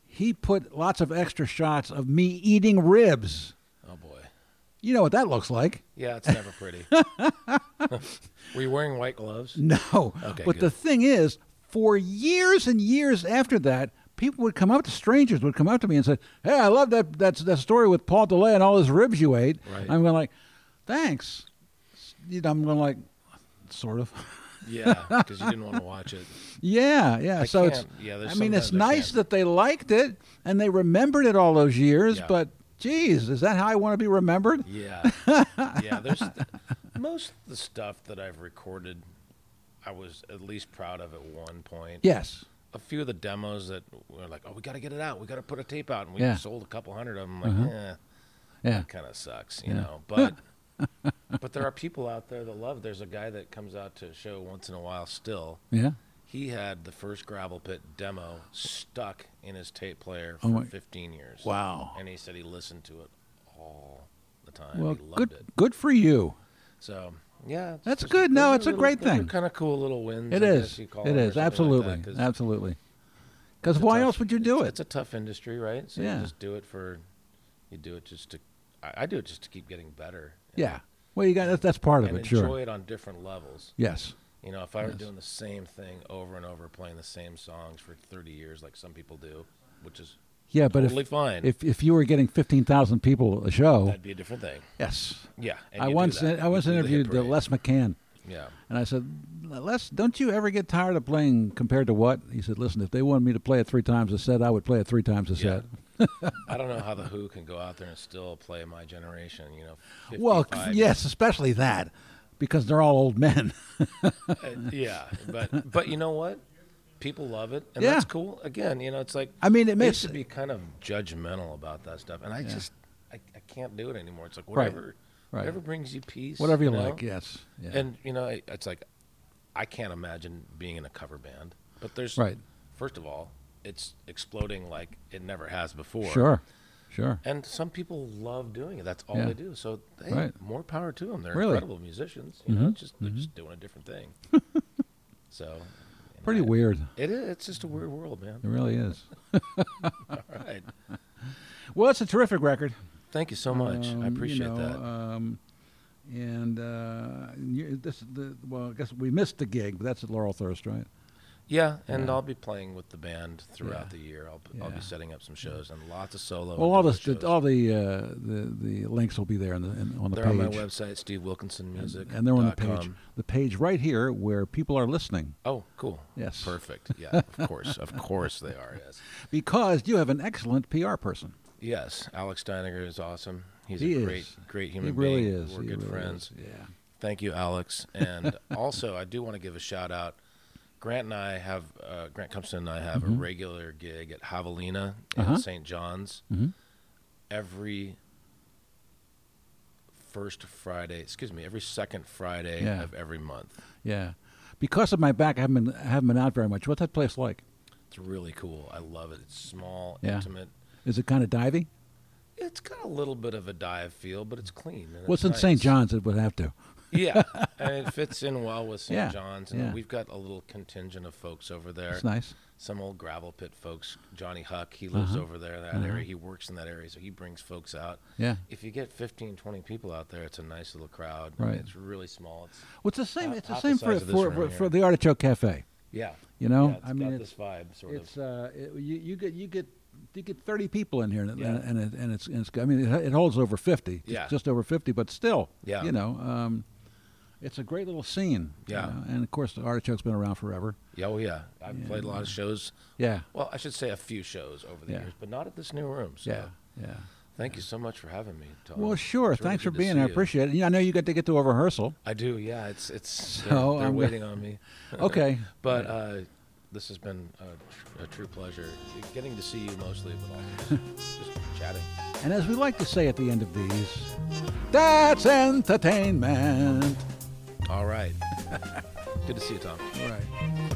Speaker 1: He put lots of extra shots of me eating ribs.
Speaker 2: oh boy.
Speaker 1: You know what that looks like.
Speaker 2: Yeah, it's never pretty. Were you wearing white gloves?
Speaker 1: No.
Speaker 2: Okay,
Speaker 1: but
Speaker 2: good.
Speaker 1: the thing is, for years and years after that, people would come up to strangers would come up to me and say, "Hey, I love that that that story with Paul DeLay and all his ribs you ate."
Speaker 2: Right.
Speaker 1: I'm going like, "Thanks." You know, I'm going like, sort of.
Speaker 2: Yeah, because you didn't want to watch it.
Speaker 1: yeah, yeah.
Speaker 2: I
Speaker 1: so it's.
Speaker 2: can't- yeah, there's
Speaker 1: I mean, it's
Speaker 2: sometimes I
Speaker 1: nice
Speaker 2: can't.
Speaker 1: that they liked it and they remembered it all those years,
Speaker 2: Yeah.
Speaker 1: but. Geez, is that how I want to be remembered?
Speaker 2: Yeah, yeah. There's most of the stuff that I've recorded. I was at least proud of at one point.
Speaker 1: Yes.
Speaker 2: a few of the demos that were like, oh, we got to get it out. We got to put a tape out. And we
Speaker 1: Yeah. Uh-huh.
Speaker 2: sold a couple hundred of them. Like, eh,
Speaker 1: Yeah.
Speaker 2: that kind of sucks, you know. But but there are people out there that love. There's a guy that comes out to a show once in a while still.
Speaker 1: Yeah.
Speaker 2: He had the first gravel pit demo stuck in his tape player for
Speaker 1: Oh my-
Speaker 2: 15 years.
Speaker 1: Wow.
Speaker 2: And he said he listened to it all the time.
Speaker 1: Well,
Speaker 2: he loved
Speaker 1: good.
Speaker 2: it.
Speaker 1: Good for you.
Speaker 2: So yeah, it's
Speaker 1: That's
Speaker 2: just-
Speaker 1: good. No,
Speaker 2: those are
Speaker 1: it's a
Speaker 2: little-
Speaker 1: great
Speaker 2: those are
Speaker 1: thing.
Speaker 2: Kind of cool little wins.
Speaker 1: It
Speaker 2: I
Speaker 1: is.
Speaker 2: guess you call
Speaker 1: It
Speaker 2: them, or
Speaker 1: is
Speaker 2: something like
Speaker 1: absolutely,
Speaker 2: that, 'cause-
Speaker 1: absolutely. Because
Speaker 2: It's a
Speaker 1: why
Speaker 2: tough-
Speaker 1: else would you do
Speaker 2: it's-
Speaker 1: it?
Speaker 2: It's a tough industry, right? So
Speaker 1: Yeah.
Speaker 2: you just do it for, you do it just to, I, I do it just to keep getting better. and-
Speaker 1: yeah. Well, you got that, that's part of
Speaker 2: and
Speaker 1: it,
Speaker 2: enjoy
Speaker 1: sure.
Speaker 2: it on different levels.
Speaker 1: Yes.
Speaker 2: You know, if I were
Speaker 1: Yes.
Speaker 2: doing the same thing over and over, playing the same songs for 30 years, like some people do, which is
Speaker 1: Yeah, but
Speaker 2: totally
Speaker 1: if,
Speaker 2: fine,
Speaker 1: if if you were getting fifteen thousand people a show,
Speaker 2: that'd be a different thing.
Speaker 1: yes.
Speaker 2: Yeah, and
Speaker 1: I
Speaker 2: you do
Speaker 1: once
Speaker 2: that.
Speaker 1: I
Speaker 2: You
Speaker 1: once
Speaker 2: do the hit
Speaker 1: interviewed uh,
Speaker 2: parade.
Speaker 1: Les McCann,
Speaker 2: Yeah.
Speaker 1: And I said, Les, don't you ever get tired of playing compared to what? He said, listen, if they wanted me to play it three times a set, I would play it three times a set.
Speaker 2: I don't know how the Who can go out there and still play my generation. You know.
Speaker 1: Well,
Speaker 2: 55.
Speaker 1: yes, especially that, because they're all old men.
Speaker 2: Uh, yeah, but but you know what? People love it, and
Speaker 1: Yeah.
Speaker 2: that's cool. Again, you know, it's like
Speaker 1: I mean, it
Speaker 2: I
Speaker 1: makes-
Speaker 2: used to be kind of judgmental about that stuff, and I just I, I can't do it anymore. It's like whatever,
Speaker 1: Right.
Speaker 2: whatever brings you peace,
Speaker 1: Whatever you,
Speaker 2: know?
Speaker 1: like, yes. Yeah.
Speaker 2: And you know, it- it's like I can't imagine being in a cover band. But there's
Speaker 1: Right.
Speaker 2: First of all, it's exploding like it never has before.
Speaker 1: sure, sure.
Speaker 2: And some people love doing it. That's all
Speaker 1: Yeah.
Speaker 2: they do. So hey,
Speaker 1: Right.
Speaker 2: more power to them. They're
Speaker 1: Really. Mm-hmm.
Speaker 2: incredible musicians. You know, it's just they're just doing a different thing. so and
Speaker 1: Pretty
Speaker 2: I-
Speaker 1: weird.
Speaker 2: It is. It's just a weird world, man.
Speaker 1: It really is.
Speaker 2: All right.
Speaker 1: Well, it's a terrific record.
Speaker 2: Thank you so much.
Speaker 1: Um,
Speaker 2: I
Speaker 1: you
Speaker 2: appreciate
Speaker 1: know,
Speaker 2: that.
Speaker 1: Um, and uh, you, this, the, well, I guess we missed the gig, but that's at Laurel Thirst, right?
Speaker 2: yeah, and I'll be playing with the band throughout
Speaker 1: Yeah.
Speaker 2: the year. I'll, I'll
Speaker 1: Yeah.
Speaker 2: be setting up some shows and lots of solo.
Speaker 1: Well,
Speaker 2: and
Speaker 1: all
Speaker 2: duo
Speaker 1: this,
Speaker 2: shows.
Speaker 1: the, all the, uh, the the links will be there in the, in, on the
Speaker 2: They're
Speaker 1: page.
Speaker 2: on my website, Steve Wilkinson Music.
Speaker 1: and they're on the page, the page right here where people are listening.
Speaker 2: Oh, cool.
Speaker 1: Yes.
Speaker 2: Perfect. Yeah, of course. Of course they are. Yes.
Speaker 1: Because you have an excellent PR person.
Speaker 2: Yes. Alex Steiniger is awesome. He's
Speaker 1: He
Speaker 2: a
Speaker 1: is.
Speaker 2: great, great
Speaker 1: He
Speaker 2: human
Speaker 1: really
Speaker 2: being.
Speaker 1: is.
Speaker 2: We're
Speaker 1: He
Speaker 2: good
Speaker 1: really
Speaker 2: friends.
Speaker 1: is. Yeah.
Speaker 2: Thank you, Alex. And also, I do want to give a shout out. Grant and I have uh, Grant Compson and I have a regular gig at Javelina in
Speaker 1: Mm-hmm. Uh-huh.
Speaker 2: St. John's
Speaker 1: Mhm.
Speaker 2: every first Friday. Excuse me, every second Friday
Speaker 1: Yeah.
Speaker 2: of every month.
Speaker 1: Yeah. Because of my back, I haven't been, I haven't been out very much. What's that place like?
Speaker 2: It's really cool. I love it. It's small,
Speaker 1: Yeah.
Speaker 2: intimate.
Speaker 1: Is it kind of divey?
Speaker 2: It's got a little bit of a dive feel, but it's clean. and
Speaker 1: What's
Speaker 2: it's
Speaker 1: in St.
Speaker 2: nice.
Speaker 1: John's? It would have to.
Speaker 2: Yeah, and it fits in well with St.
Speaker 1: Yeah,
Speaker 2: John's, and
Speaker 1: yeah.
Speaker 2: we've got a little contingent of folks over there.
Speaker 1: It's nice.
Speaker 2: Some old gravel pit folks. Johnny Huck, he lives
Speaker 1: Uh-huh.
Speaker 2: over there in that area. He works in that area, so he brings folks out.
Speaker 1: Yeah.
Speaker 2: If you get 15, 20 people out there, it's a nice little crowd.
Speaker 1: Right.
Speaker 2: It's really small. It's
Speaker 1: Well, it's the same.
Speaker 2: Uh,
Speaker 1: It's the
Speaker 2: half
Speaker 1: same
Speaker 2: the
Speaker 1: for
Speaker 2: size of this
Speaker 1: for,
Speaker 2: room
Speaker 1: for,
Speaker 2: here.
Speaker 1: for the Artichoke Cafe.
Speaker 2: yeah.
Speaker 1: You know,
Speaker 2: Yeah, it's
Speaker 1: I mean,
Speaker 2: got
Speaker 1: it's-
Speaker 2: this vibe sort
Speaker 1: It's
Speaker 2: of.
Speaker 1: uh, it, you you get you get you get thirty people in here, and
Speaker 2: Yeah.
Speaker 1: and, it, and it's and it's. I mean, it, it holds over fifty. just-
Speaker 2: Yeah.
Speaker 1: Just over fifty, but still.
Speaker 2: Yeah.
Speaker 1: You know, um, it's a great little scene. you
Speaker 2: Yeah.
Speaker 1: know, And of course, the Artichoke's been around forever.
Speaker 2: Yeah, oh yeah. I've played a lot of shows.
Speaker 1: Yeah.
Speaker 2: Well, I should say a few shows over the
Speaker 1: Yeah.
Speaker 2: years, but not at this new room. So
Speaker 1: Yeah. Yeah.
Speaker 2: Thank you so much for having me. Tom.
Speaker 1: Well, sure.
Speaker 2: It's really
Speaker 1: Thanks for
Speaker 2: good to
Speaker 1: being
Speaker 2: see
Speaker 1: here. I
Speaker 2: you.
Speaker 1: appreciate it. Yeah, I know you got to get to a rehearsal.
Speaker 2: I do. Yeah, it's it's they're-
Speaker 1: So,
Speaker 2: they're,
Speaker 1: I'm go-
Speaker 2: waiting on me.
Speaker 1: Okay.
Speaker 2: But uh, this has been a, tr- a true pleasure getting to see you mostly, but also just, just chatting.
Speaker 1: And as we like to say at the end of these, that's entertainment.
Speaker 2: All right. Good to see you, Tom.
Speaker 1: Right.